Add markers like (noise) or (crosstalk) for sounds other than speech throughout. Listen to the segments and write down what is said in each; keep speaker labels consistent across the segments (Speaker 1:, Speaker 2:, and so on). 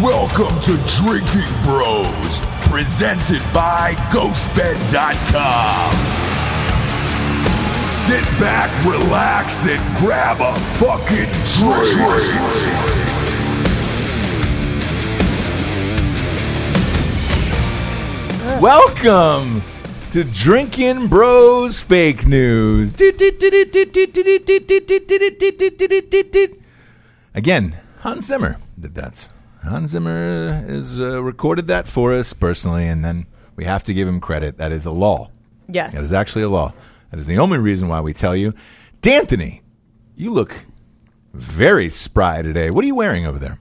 Speaker 1: Welcome to Drinking Bros, presented by GhostBed.com. Sit back, relax, and grab a fucking drink.
Speaker 2: Welcome to Drinking Bros Fake News. Again, Hans Zimmer did that. Hans Zimmer has uh, recorded that for us personally, and then we have to give him credit. That is a law.
Speaker 3: Yes.
Speaker 2: That is actually a law. That is the only reason why we tell you. D'Anthony, you look very spry today. What are you wearing over there?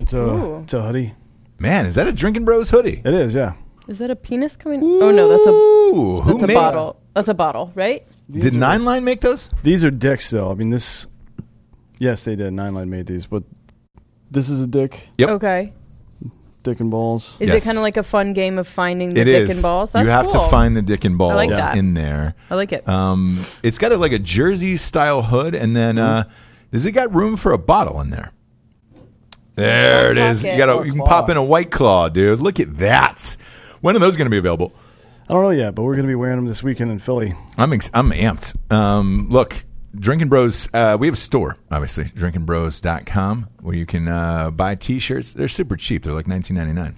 Speaker 4: It's a
Speaker 3: Ooh.
Speaker 4: it's a hoodie.
Speaker 2: Man, is that a Drinking Bros hoodie?
Speaker 4: It is, yeah.
Speaker 3: Is that a penis coming? Oh no, that's a
Speaker 2: Ooh, who
Speaker 3: that's a
Speaker 2: made-
Speaker 3: bottle. That's a bottle, right?
Speaker 2: Did Nine Line make those?
Speaker 4: These are dicks, though. I mean, this. Yes, they did. Nine Line made these, but this is a dick,
Speaker 2: Yep.
Speaker 3: Okay.
Speaker 4: dick and balls.
Speaker 3: Is
Speaker 2: Yes.
Speaker 3: it kind of like a fun game of finding the
Speaker 2: It is.
Speaker 3: dick and balls? That's
Speaker 2: you have
Speaker 3: cool.
Speaker 2: to find the dick and balls
Speaker 3: like that.
Speaker 2: in there.
Speaker 3: I like it.
Speaker 2: Um, it's got a, like a jersey style hood, and then uh, does it got room for a bottle in there? There it is. You
Speaker 3: Pocket.
Speaker 2: got
Speaker 3: Or
Speaker 2: you can
Speaker 3: claw.
Speaker 2: pop in a white claw, dude. Look at that. When are those going to be available?
Speaker 4: I don't know yet, but we're gonna be wearing them this weekend in Philly.
Speaker 2: I'm ex- I'm amped. Um, look, Drinking Bros, uh, we have a store, obviously, drinkingbros.com, where you can uh, buy t shirts. They're super cheap, they're like $19.99.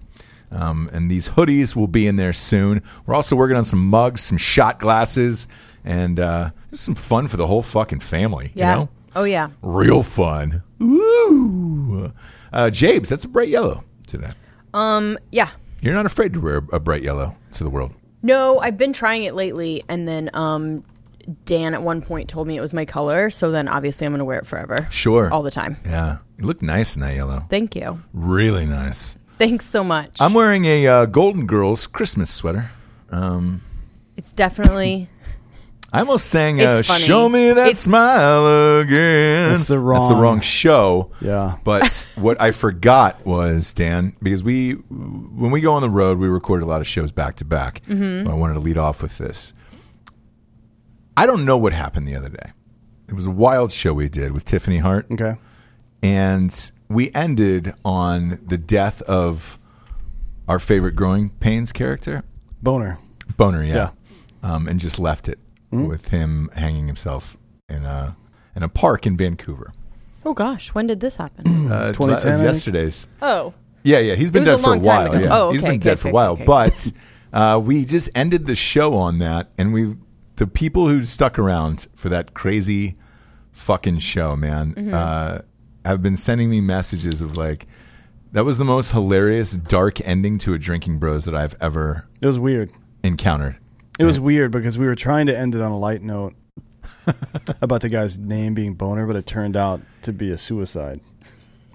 Speaker 2: Um, and these hoodies will be in there soon. We're also working on some mugs, some shot glasses, and uh, just some fun for the whole fucking family.
Speaker 3: yeah.
Speaker 2: You know?
Speaker 3: Oh yeah.
Speaker 2: Real fun. Ooh. Uh, Jabes, that's a bright yellow today.
Speaker 3: Um, Yeah.
Speaker 2: You're not afraid to wear a bright yellow to the world.
Speaker 3: No, I've been trying it lately, and then um, Dan at one point told me it was my color, so then obviously I'm going to wear it forever.
Speaker 2: Sure.
Speaker 3: All
Speaker 2: (laughs)
Speaker 3: the time.
Speaker 2: Yeah. You look nice in that yellow.
Speaker 3: Thank you.
Speaker 2: Really nice.
Speaker 3: Thanks so much.
Speaker 2: I'm wearing a uh, Golden Girls Christmas sweater. (coughs)
Speaker 3: it's definitely
Speaker 2: I almost sang uh,
Speaker 3: It's funny.
Speaker 2: "Show Me That
Speaker 3: It's-
Speaker 2: Smile Again."
Speaker 4: It's the
Speaker 2: That's
Speaker 4: wrong-
Speaker 2: the wrong show.
Speaker 4: Yeah.
Speaker 3: (laughs)
Speaker 2: But what I forgot was Dan because we when we go on the road we record a lot of shows back to back.
Speaker 3: Mm-hmm.
Speaker 2: So I wanted to lead off with this. I don't know what happened the other day. It was a wild show we did with Tiffany Hart.
Speaker 4: Okay.
Speaker 2: and we ended on the death of our favorite growing pains character
Speaker 4: Boner.
Speaker 2: boner yeah, Um, and just left it
Speaker 4: Mm-hmm.
Speaker 2: with him hanging himself in a in a park in vancouver
Speaker 3: Oh gosh, when did this
Speaker 2: (coughs)
Speaker 3: happen?
Speaker 2: uh,
Speaker 4: 2010,
Speaker 2: it was
Speaker 4: Hmm. I think.
Speaker 2: yesterday's
Speaker 3: oh.
Speaker 2: yeah yeah he's been
Speaker 3: It
Speaker 2: dead
Speaker 3: was a
Speaker 2: for a
Speaker 3: long time
Speaker 2: while
Speaker 3: ago.
Speaker 2: yeah
Speaker 3: Oh,
Speaker 2: he's
Speaker 3: okay,
Speaker 2: been
Speaker 3: okay,
Speaker 2: dead for a
Speaker 3: okay,
Speaker 2: while
Speaker 3: okay.
Speaker 2: but uh, we just ended the show on that and we the people who stuck around for that crazy fucking show man
Speaker 3: Mm-hmm.
Speaker 2: uh, have been sending me messages of like that was the most hilarious dark ending to a drinking bros that i've ever
Speaker 4: It was weird.
Speaker 2: encountered
Speaker 4: It was weird because we were trying to end it on a light note (laughs) about the guy's name being Boner, but it turned out to be a suicide.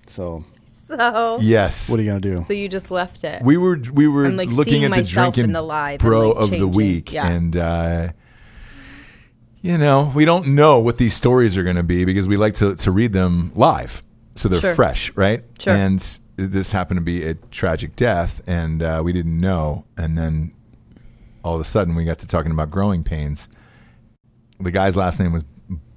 Speaker 4: So
Speaker 3: So
Speaker 2: yes
Speaker 4: what are you gonna do?
Speaker 3: so you just left it.
Speaker 2: we were we were
Speaker 3: I'm, like,
Speaker 2: looking
Speaker 3: seeing
Speaker 2: at the
Speaker 3: myself
Speaker 2: drinking
Speaker 3: in the live. I'm,
Speaker 2: bro
Speaker 3: like,
Speaker 2: of the
Speaker 3: changing.
Speaker 2: week,
Speaker 3: Yeah.
Speaker 2: and uh, you know we don't know what these stories are going to be because we like to to read them live, so they're
Speaker 3: Sure.
Speaker 2: fresh, right?
Speaker 3: Sure.
Speaker 2: And this happened to be a tragic death, and uh, we didn't know, and then all of a sudden we got to talking about growing pains. The guy's last name was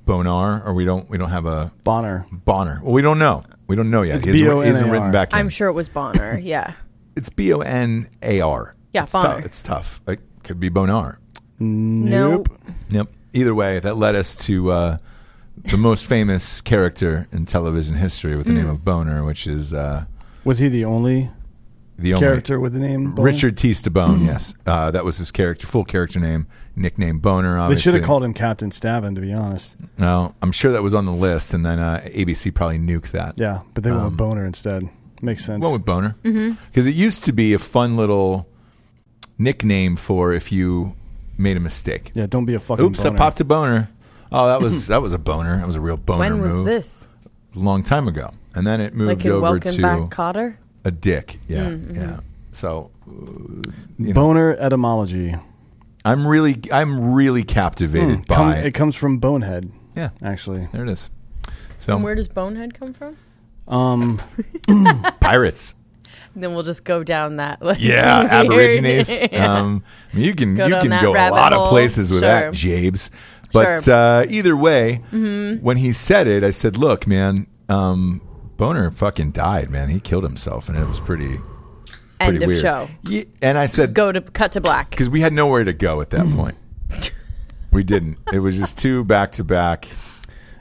Speaker 2: Bonar, or we don't we don't have a
Speaker 4: Boner.
Speaker 2: Bonner. Well, we don't know. We don't know yet.
Speaker 4: It's
Speaker 2: He hasn't- he hasn't
Speaker 4: B O N A R.
Speaker 2: written back.
Speaker 3: I'm
Speaker 2: in
Speaker 3: sure it was Bonner. Yeah.
Speaker 2: it's B O N A R.
Speaker 3: Yeah,
Speaker 2: it's tough.
Speaker 3: Bonar.
Speaker 2: It's tough. It could be Bonar.
Speaker 3: Nope.
Speaker 2: Yep. Either way, that led us to uh, the most famous character in television history with the name of Boner, which is uh,
Speaker 4: Was he the only
Speaker 2: the only
Speaker 4: character with the name Boner?
Speaker 2: Richard T. Stabone. yes, uh, that was his character, full character name, nickname Boner.
Speaker 4: They
Speaker 2: Obviously,
Speaker 4: should have called him Captain Stavin, to be honest.
Speaker 2: No, I'm sure that was on the list, and then uh, ABC probably nuked that.
Speaker 4: Yeah, but they went with Boner instead. Makes sense.
Speaker 2: Um, Well, with Boner, because it used to be a fun little nickname for if you made a mistake.
Speaker 4: yeah, don't be a fucking.
Speaker 2: Oops,
Speaker 4: boner.
Speaker 2: I popped a boner. Oh, that was that was a boner. That was a real boner
Speaker 3: When was
Speaker 2: move.
Speaker 3: this?
Speaker 2: A long time ago. And then it moved
Speaker 3: Like in
Speaker 2: over
Speaker 3: Welcome
Speaker 2: to
Speaker 3: Back Mm-hmm. Cotter?
Speaker 2: a dick. Yeah. Yeah. So you know.
Speaker 4: Boner etymology.
Speaker 2: I'm really I'm really captivated by
Speaker 4: Hmm, Come- it comes from bonehead,
Speaker 2: Yeah.
Speaker 4: actually.
Speaker 2: There it is. So
Speaker 3: And where does Bonehead come from?
Speaker 4: Um,
Speaker 2: pirates.
Speaker 3: Then we'll just go down that. Like, (laughs)
Speaker 2: Yeah, (laughs)
Speaker 3: weird-
Speaker 2: aborigines.
Speaker 3: Yeah.
Speaker 2: Um, I mean, you can
Speaker 3: Go
Speaker 2: you
Speaker 3: down
Speaker 2: can
Speaker 3: that
Speaker 2: go a
Speaker 3: rabbit
Speaker 2: lot of
Speaker 3: hole.
Speaker 2: places with that,
Speaker 3: Sure.
Speaker 2: Jabes. But
Speaker 3: Sure. Mm-hmm.
Speaker 2: uh, either way, when he said it, I said, "Look, man, um, Boner fucking died, man. He killed himself, and it was pretty. pretty
Speaker 3: End of
Speaker 2: weird.
Speaker 3: show.
Speaker 2: Ye- and I said,
Speaker 3: Go Mm. to cut to black.
Speaker 2: because we had nowhere to go at that point. we didn't. It was just two back to back.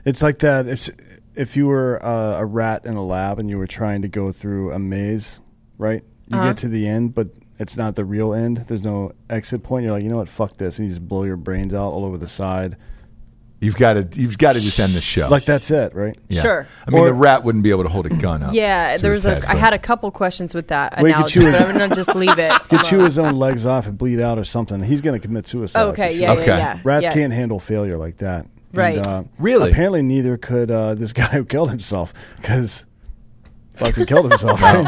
Speaker 4: It's like that. If if you were uh, a rat in a lab and you were trying to go through a maze, right? You
Speaker 3: Uh-huh.
Speaker 4: get to the end, but it's not the real end. There's no exit point. You're like, you know what? Fuck this, and you just blow your brains out all over the side.
Speaker 2: You've got to. You've got to just end the show.
Speaker 4: Like that's it, right?
Speaker 2: Yeah.
Speaker 3: Sure.
Speaker 2: I mean,
Speaker 4: Or-
Speaker 2: the rat wouldn't be able to hold a gun up.
Speaker 3: Yeah,
Speaker 2: to
Speaker 3: there
Speaker 2: his
Speaker 3: was a. I
Speaker 2: head, but-
Speaker 3: had a couple questions with that
Speaker 4: Well, you could
Speaker 3: analogy,
Speaker 4: choose-
Speaker 3: but I'm gonna just leave it.
Speaker 4: (laughs) Could chew his own legs off and bleed out or something. He's going to commit suicide.
Speaker 3: okay,
Speaker 4: for
Speaker 3: yeah,
Speaker 4: sure.
Speaker 2: Okay.
Speaker 3: yeah, yeah.
Speaker 4: Rats
Speaker 3: yeah.
Speaker 4: can't handle failure like that. uh,
Speaker 3: Right.
Speaker 2: Really?
Speaker 4: Apparently, neither could uh, this (laughs) guy who killed himself because fucking killed himself. (laughs) right?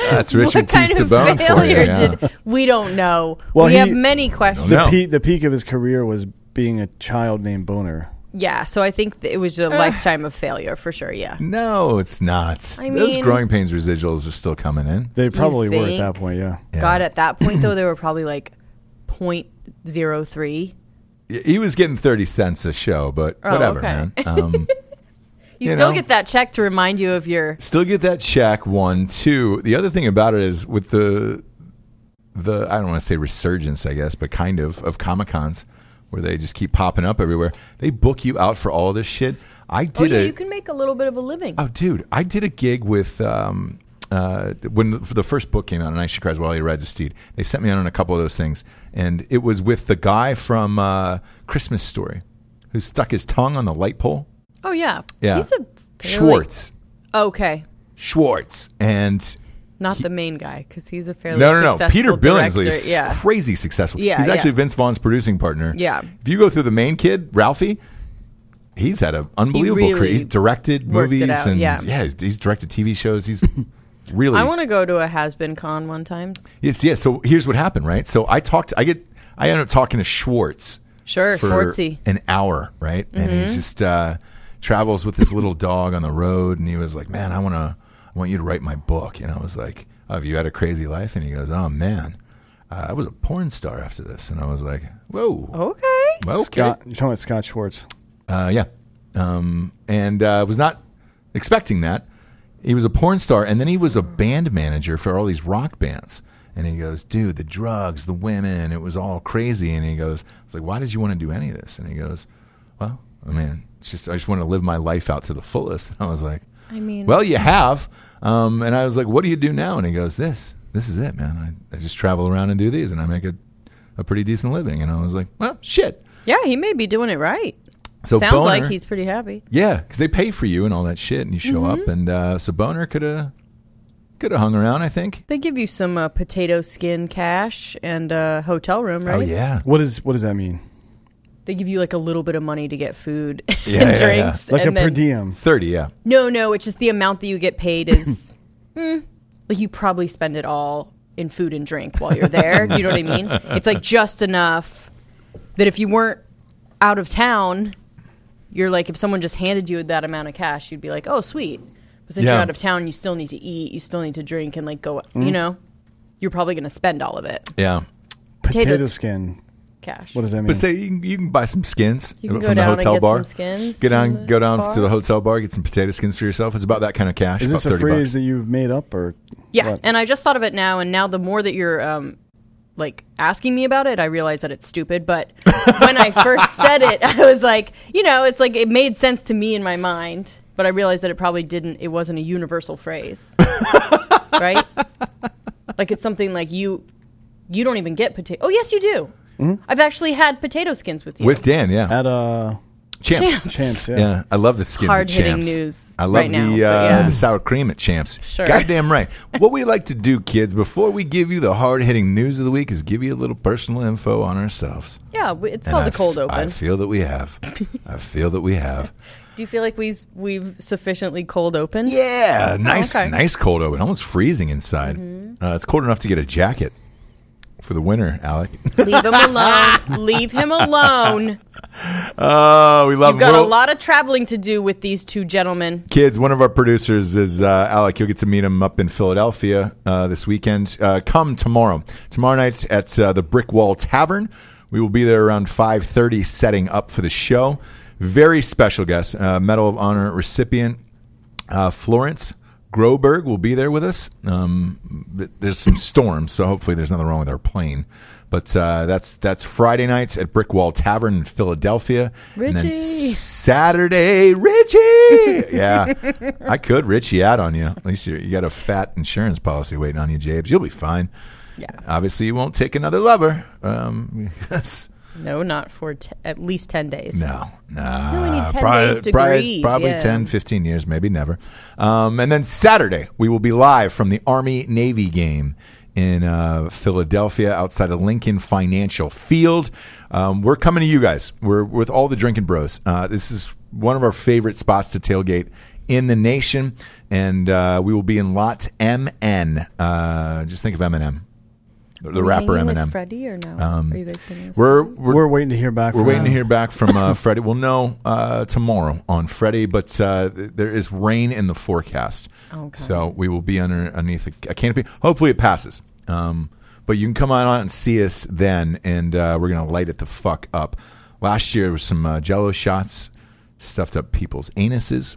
Speaker 2: That's
Speaker 3: (laughs) What
Speaker 2: Richard
Speaker 3: kind
Speaker 2: T's
Speaker 3: of
Speaker 2: bone for you.
Speaker 3: failure
Speaker 2: Yeah.
Speaker 3: did we don't know?
Speaker 4: Well,
Speaker 3: we
Speaker 4: he-
Speaker 3: have many questions.
Speaker 2: No.
Speaker 4: The, peak, the peak of his career was being a child named Boner.
Speaker 3: Yeah, so I think that it was a lifetime of failure for sure. Yeah,
Speaker 2: No, it's not.
Speaker 3: I
Speaker 2: Those
Speaker 3: mean-
Speaker 2: growing pains residuals are still coming in.
Speaker 4: They probably were at
Speaker 3: think?
Speaker 4: that point, yeah.
Speaker 2: Yeah.
Speaker 3: God, at that point though, they were probably like point zero three.
Speaker 2: He was getting thirty cents a show, but
Speaker 3: Oh,
Speaker 2: whatever,
Speaker 3: okay.
Speaker 2: man. Um,
Speaker 3: You,
Speaker 2: You
Speaker 3: still
Speaker 2: know?
Speaker 3: get that check to remind you of your
Speaker 2: still get that check. One, two. The other thing about it is with the the I don't want to say resurgence, I guess, but kind of of Comic Cons where they just keep popping up everywhere. They book you out for all this shit. I
Speaker 3: Oh
Speaker 2: did
Speaker 3: yeah,
Speaker 2: a-
Speaker 3: you can make a little bit of a living.
Speaker 2: Oh, dude, I did a gig with um, uh, when the, the first book came out, and I should cries while he rides a steed. They sent me out on a couple of those things, and it was with the guy from uh, Christmas Story who stuck his tongue on the light pole.
Speaker 3: Oh yeah,
Speaker 2: Yeah,
Speaker 3: He's a fairly-
Speaker 2: Schwartz.
Speaker 3: Okay,
Speaker 2: Schwartz and
Speaker 3: not the main guy because he's a fairly
Speaker 2: no, no, no.
Speaker 3: successful
Speaker 2: Peter Billingsley
Speaker 3: director.
Speaker 2: is
Speaker 3: Yeah,
Speaker 2: crazy successful.
Speaker 3: Yeah,
Speaker 2: he's actually
Speaker 3: yeah.
Speaker 2: Vince Vaughn's producing partner.
Speaker 3: Yeah.
Speaker 2: If you go through the main kid, Ralphie, he's had an unbelievable career.
Speaker 3: really
Speaker 2: He's directed
Speaker 3: worked it
Speaker 2: movies
Speaker 3: out,
Speaker 2: and
Speaker 3: yeah.
Speaker 2: he's, he's directed TV shows.
Speaker 3: (laughs)
Speaker 2: He's really
Speaker 3: I want to go to a has been con one time.
Speaker 2: Yes, yeah. So here's what happened, right? So I talked. I get. I end up talking to Schwartz.
Speaker 3: Sure,
Speaker 2: for
Speaker 3: Schwartzy. Mm-hmm.
Speaker 2: An hour, right? And he just uh, travels with his little dog on the road, and he was like, "Man, I want to. I want you to write my book." And I was like, "Oh, have you had a crazy life?" And he goes, "Oh man, uh, I was a porn star after this." And I was like, "Whoa,
Speaker 3: Okay,
Speaker 2: okay,
Speaker 4: Scott, you're talking about Scott Schwartz.
Speaker 2: uh, yeah." Um, and uh, was not expecting that. He was a porn star, and then he was a band manager for all these rock bands. And he goes, dude, the drugs, the women, it was all crazy. And he goes, I was like, why did you want to do any of this? And he goes, well, I mean, it's just I just want to live my life out to the fullest. (laughs) And I was like,
Speaker 3: I mean-
Speaker 2: well, you have. Um, and I was like, what do you do now? And he goes, this, this is it, man. I, I just travel around and do these, and I make a, a pretty decent living. And I was like, well, shit.
Speaker 3: yeah, he may be doing it right.
Speaker 2: So
Speaker 3: Sounds like
Speaker 2: Boner-
Speaker 3: he's pretty happy.
Speaker 2: yeah, because they pay for you and all that shit, and you show
Speaker 3: Mm-hmm.
Speaker 2: up, and uh, so Boner could have could have hung around. I think.
Speaker 3: They give you some uh, potato skin cash and a hotel room, right?
Speaker 2: Oh yeah,
Speaker 4: What is what does that mean?
Speaker 3: They give you like a little bit of money to get food (laughs)
Speaker 2: Yeah, yeah,
Speaker 3: and
Speaker 2: yeah.
Speaker 3: drinks.
Speaker 4: Like
Speaker 3: and
Speaker 4: a per
Speaker 3: then-
Speaker 4: diem.
Speaker 2: thirty. Yeah,
Speaker 3: No, no, it's just the amount that you get paid is mm, like you probably spend it all in food and drink while you're there. Do you know what I mean? It's like just enough that if you weren't out of town, you're like if someone just handed you that amount of cash, you'd be like, "Oh, sweet." But since
Speaker 2: Yeah.
Speaker 3: you're out of town, you still need to eat, you still need to drink and like go, you know, you're probably going to spend all of it
Speaker 2: yeah.
Speaker 4: Potato
Speaker 3: Potatoes.
Speaker 4: skin.
Speaker 3: cash.
Speaker 4: What does that mean?
Speaker 2: But say you can, you can buy some skins
Speaker 3: You can go
Speaker 2: from the
Speaker 3: down and
Speaker 2: hotel
Speaker 3: get
Speaker 2: bar.
Speaker 3: some skins
Speaker 2: Get
Speaker 3: from
Speaker 2: on,
Speaker 3: the
Speaker 2: go down
Speaker 3: bar.
Speaker 2: to the hotel bar, get some potato skins for yourself. It's about that kind of cash.
Speaker 4: is this
Speaker 2: about
Speaker 4: a
Speaker 2: thirty
Speaker 4: phrase
Speaker 2: bucks.
Speaker 4: that you've made up or
Speaker 3: Yeah,
Speaker 4: what?
Speaker 3: and I just thought of it now, and now the more that you're um, like asking me about it, I realize that it's
Speaker 2: (laughs)
Speaker 3: stupid. But when I first said it, I was like, you know, it's like it made sense to me in my mind, but I realized that it probably didn't. It wasn't a
Speaker 2: (laughs)
Speaker 3: universal phrase, right? Like it's something like you, you don't even get potato. Oh yes, you do. I've actually had potato skins with you.
Speaker 2: Mm-hmm. with Dan? Yeah,
Speaker 4: at uh
Speaker 2: champs.
Speaker 3: Champs.
Speaker 4: champs, yeah.
Speaker 2: Yeah. I love the skins at
Speaker 3: Hard-hitting
Speaker 2: champs.
Speaker 3: news
Speaker 2: I love
Speaker 3: right
Speaker 2: the
Speaker 3: now,
Speaker 2: uh,
Speaker 3: but yeah.
Speaker 2: the sour cream at champs.
Speaker 3: Sure.
Speaker 2: Goddamn right. what we like to do, kids, before we give you the hard hitting news of the week, is give you a little personal info on ourselves.
Speaker 3: yeah, w- it's
Speaker 2: And
Speaker 3: called
Speaker 2: I
Speaker 3: the cold
Speaker 2: f- I
Speaker 3: open.
Speaker 2: feel that we have. I feel that we have.
Speaker 3: do you feel like we've we've sufficiently cold opened?
Speaker 2: (laughs) Yeah, nice,
Speaker 3: okay.
Speaker 2: nice cold open. Almost freezing inside. Uh, it's cold enough to get a jacket for the winter, Alec. (laughs)
Speaker 3: Leave him alone. Leave him alone.
Speaker 2: Oh, we love
Speaker 3: You've got
Speaker 2: we'll-
Speaker 3: a lot of traveling to do with these two gentlemen.
Speaker 2: kids. One of our producers is uh, Alec. You'll get to meet him up in Philadelphia uh, this weekend. Uh, come tomorrow. Tomorrow night at uh, the Brick Wall Tavern. We will be there around five thirty, setting up for the show. Very special guest, uh, Medal of Honor recipient uh, Florence Groberg will be there with us. Um, th- there's some storms, so hopefully there's nothing wrong with our plane. But uh, that's that's Friday nights at Brickwall Tavern in Philadelphia, and then
Speaker 3: Richie.
Speaker 2: Saturday, Richie. yeah, I could Richie out on you. At least you you got a fat insurance policy waiting on you, Jabes. You'll be fine.
Speaker 3: Yeah.
Speaker 2: Obviously, you won't take another lover. Um, (laughs) yes.
Speaker 3: No, not for t- at least 10 days.
Speaker 2: No, no.
Speaker 3: we need 10 days to grieve,
Speaker 2: Probably
Speaker 3: yeah.
Speaker 2: 10, 15 years, maybe never. Um, and then Saturday, we will be live from the Army Navy game in uh, Philadelphia outside of Lincoln Financial Field. Um, we're coming to you guys. We're with all the drinking bros. Uh, this is one of our favorite spots to tailgate in the nation. And uh, we will be in lot MN. Uh, just think of Eminem, the, the
Speaker 3: Are we
Speaker 2: rapper
Speaker 3: hanging with
Speaker 2: Eminem. Um,
Speaker 3: Freddie or no? Are you guys hanging with
Speaker 2: We're, we're
Speaker 4: We're waiting to hear back.
Speaker 2: we're
Speaker 4: from
Speaker 2: waiting to
Speaker 4: them.
Speaker 2: hear back from
Speaker 4: (laughs)
Speaker 2: uh, Freddie. We'll know uh, tomorrow on Freddie, but uh, th- there is rain in the forecast,
Speaker 3: Okay.
Speaker 2: so we will be under, underneath a, a canopy. Hopefully, it passes. Um, but you can come on out and see us then, and uh, we're gonna light it the fuck up. Last year there was some uh, Jello shots stuffed up people's anuses.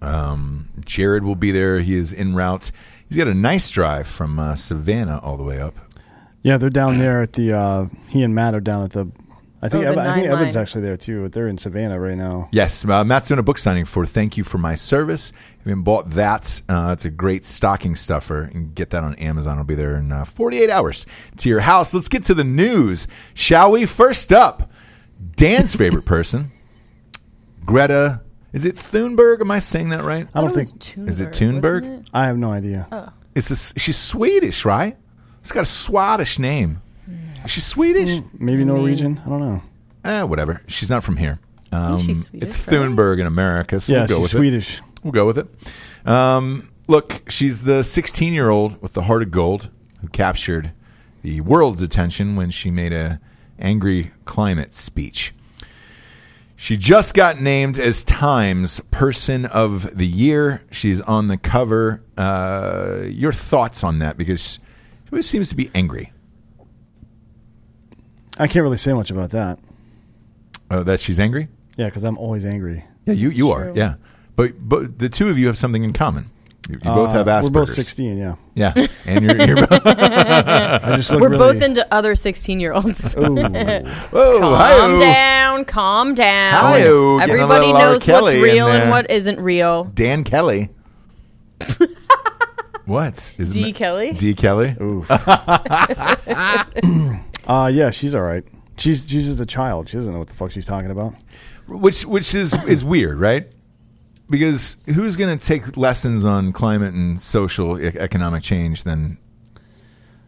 Speaker 2: Um, Jared will be there. He is en route. He's got a nice drive from uh, Savannah all the way up.
Speaker 4: Yeah, they're down there at the. Uh, he and Matt are down at the. I think,
Speaker 3: Oh, the
Speaker 4: Evan, I think
Speaker 3: Nine
Speaker 4: Evan's
Speaker 3: Line.
Speaker 4: actually there too. but They're in Savannah right now.
Speaker 2: Yes, uh, Matt's doing a book signing for "Thank You for My Service." If you haven't bought that, uh, it's a great stocking stuffer. You can get that on Amazon. It'll be there in uh, 48 hours to your house. Let's get to the news, shall we? First up, Dan's favorite person, Greta. Is it Thunberg? Am I saying that right?
Speaker 4: I don't
Speaker 3: Thought it was Oh.
Speaker 4: think.
Speaker 3: Thunberg,
Speaker 2: Is it
Speaker 3: wasn't
Speaker 2: Thunberg?
Speaker 3: it?
Speaker 4: I have no idea.
Speaker 2: It's a, she's Swedish, right? She's got a Swedish name. Is she Swedish?
Speaker 3: Mm.
Speaker 4: Maybe Norwegian. I don't know.
Speaker 2: Eh, whatever. She's not from here.
Speaker 3: think
Speaker 2: Um,
Speaker 3: she's
Speaker 2: it's
Speaker 3: Swedish, right?
Speaker 2: Thunberg in America, so
Speaker 4: Yeah,
Speaker 2: we'll go
Speaker 4: she's
Speaker 2: with it.
Speaker 4: Swedish.
Speaker 2: We'll go with it. Um, look, she's the 16 year old with the heart of gold who captured the world's attention when she made a angry climate speech. She just got named as Times Person of the Year. She's on the cover. Uh, your thoughts on that? Because she always seems to be angry
Speaker 4: I can't really say much about that.
Speaker 2: uh, that she's angry.
Speaker 4: Yeah, because I'm always angry.
Speaker 2: Yeah, you you are.
Speaker 3: True.
Speaker 2: Yeah, but but the two of you have something in common. You, you both
Speaker 4: Uh,
Speaker 2: have Asperger's.
Speaker 4: We're both 16.
Speaker 2: (laughs)
Speaker 4: Yeah,
Speaker 2: Yeah, and you're, you're both.
Speaker 4: I just look
Speaker 3: We're
Speaker 4: really,
Speaker 3: both into other 16
Speaker 2: (laughs)
Speaker 3: year olds.
Speaker 4: Ooh.
Speaker 2: Whoa,
Speaker 3: (laughs) Calm
Speaker 2: hi-oh.
Speaker 3: down, calm down.
Speaker 2: Hi-oh, getting a
Speaker 3: Everybody
Speaker 2: little R.
Speaker 3: knows
Speaker 2: Kelly in
Speaker 3: what's real
Speaker 2: there.
Speaker 3: and what isn't real.
Speaker 2: Dan
Speaker 3: (laughs)
Speaker 2: Kelly. what? Is
Speaker 3: D. Kelly?
Speaker 2: D. Kelly?
Speaker 4: Uh, yeah, she's all right. She's she's just a child. She doesn't know what the fuck she's talking about.
Speaker 2: Which which is is weird, right? Because who's going to take lessons on climate and social e- economic change than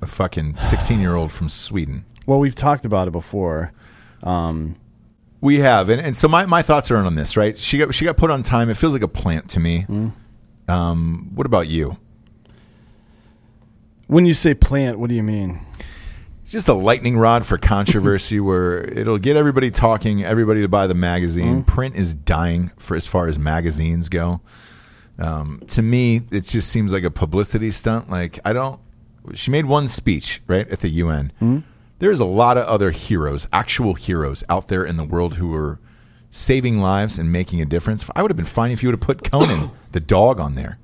Speaker 2: a fucking 16-year-old from Sweden?
Speaker 4: Well, we've talked about it before.
Speaker 2: We have, and, and so my, my thoughts are on this. Right, she got she got put on time. It feels like a plant to me.
Speaker 3: Mm.
Speaker 2: Um, what about you?
Speaker 4: When you say plant, what do you mean?
Speaker 2: It's just a lightning rod for controversy (laughs) where it'll get everybody talking, everybody to buy the magazine.
Speaker 3: Mm-hmm.
Speaker 2: Print is dying for as far as magazines go. Um, to me, it just seems like a publicity stunt. Like I don't. She made one speech right at the UN.
Speaker 3: Mm-hmm.
Speaker 2: There's a lot of other heroes, actual heroes out there in the world who are saving lives and making a difference. I would have been fine if you would have put
Speaker 3: (coughs)
Speaker 2: Conan the dog on there.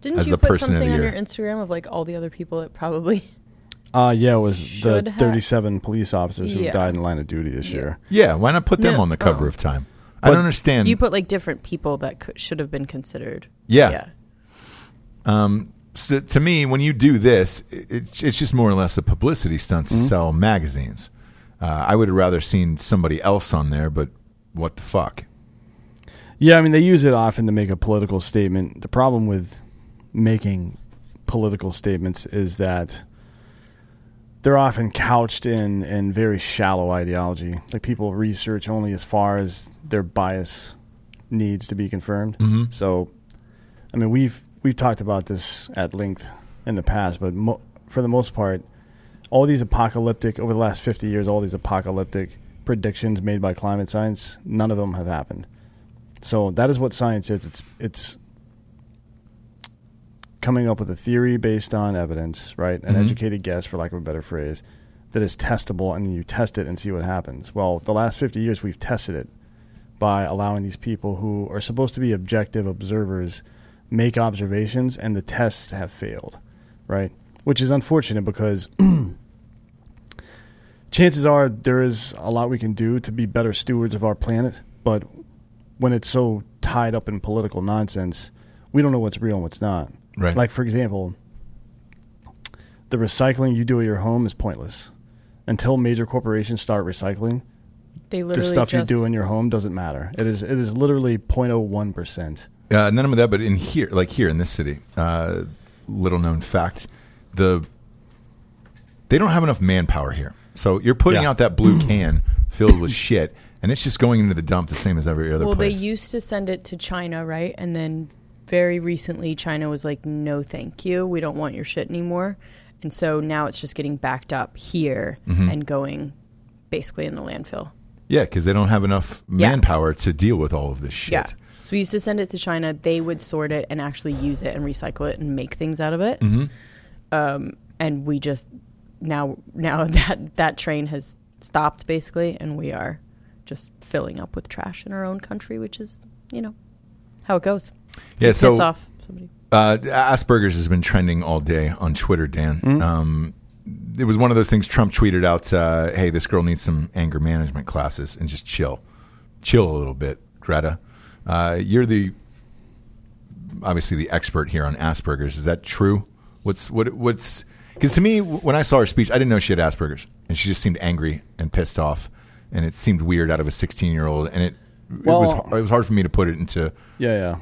Speaker 3: Didn't
Speaker 2: As
Speaker 3: you
Speaker 2: the
Speaker 3: put
Speaker 2: person of the
Speaker 3: something on
Speaker 2: year.
Speaker 3: your Instagram of like all the other people that probably (laughs)
Speaker 4: Uh, yeah, it was
Speaker 3: Should
Speaker 4: the
Speaker 3: ha-
Speaker 4: 37 police officers who
Speaker 3: Yeah.
Speaker 4: died in line of duty this year.
Speaker 2: Yeah, why not put them
Speaker 3: No,
Speaker 2: on the cover
Speaker 3: oh.
Speaker 2: of Time? I don't understand.
Speaker 3: you put like different people that could, should have been considered?
Speaker 2: Yeah. so to me, when you do this, it, it's it's just more or less a publicity stunt to sell magazines. Uh, I would have rather seen somebody else on there, but what the fuck?
Speaker 4: Yeah, I mean they use it often to make a political statement. The problem with making political statements is that they're often couched in in very shallow ideology. Like people research only as far as their bias needs to be confirmed. So, I mean we've we've talked about this at length in the past, but mo- for the most part, all these apocalyptic over the last 50 years, all these apocalyptic predictions made by climate science, none of them have happened. So that is what science is. It's it's coming up with a theory based on evidence, right? An educated guess, for lack of a better phrase, that is testable, and you test it and see what happens. Well, the last fifty years we've tested it by allowing these people who are supposed to be objective observers make observations, and the tests have failed, right? Which is unfortunate because chances are there is a lot we can do to be better stewards of our planet, but when it's so tied up in political nonsense, we don't know what's real and what's not.
Speaker 2: Right.
Speaker 4: Like for example, the recycling you do at your home is pointless. Until major corporations start recycling,
Speaker 3: They literally
Speaker 4: the stuff you
Speaker 3: just-
Speaker 4: do in your home doesn't matter. It is it is literally 0.01 percent.
Speaker 2: Uh, none of that, but in here, like here in this city, uh, little known fact, the they don't have enough manpower here. So you're putting
Speaker 4: Yeah.
Speaker 2: out that blue can filled with shit, and it's just going into the dump the same as every other
Speaker 3: Well,
Speaker 2: place.
Speaker 3: they used to send it to China, right? And then very recently, China was like, "No, thank you. We don't want your shit anymore." And so now it's just getting backed up here
Speaker 2: Mm-hmm.
Speaker 3: and going basically in the landfill.
Speaker 2: yeah, because they don't have enough
Speaker 3: Yeah.
Speaker 2: manpower to deal with all of this shit.
Speaker 3: Yeah. So we used to send it to China. They would sort it and actually use it and recycle it and make things out of it.
Speaker 2: Mm-hmm.
Speaker 3: Um, and we just now now (laughs) that that train has stopped basically, and we are just filling up with trash in our own country, which is you know how it goes.
Speaker 2: Yeah, so
Speaker 3: Piss off somebody.
Speaker 2: Uh, Asperger's has been trending all day on Twitter, Dan.
Speaker 4: Hmm.
Speaker 2: Um, it was one of those things Trump tweeted out, uh, hey, this girl needs some anger management classes and just chill. Chill a little bit, Greta. Uh, you're the, obviously the expert here on Asperger's. Is that true? What's, what, what's, because to me, when I saw her speech, I didn't know she had Asperger's. And she just seemed angry and pissed off. And it seemed weird out of a 16 year old. And it,
Speaker 4: Well-
Speaker 2: it, was, it was hard for me to put it into,
Speaker 4: Yeah, yeah.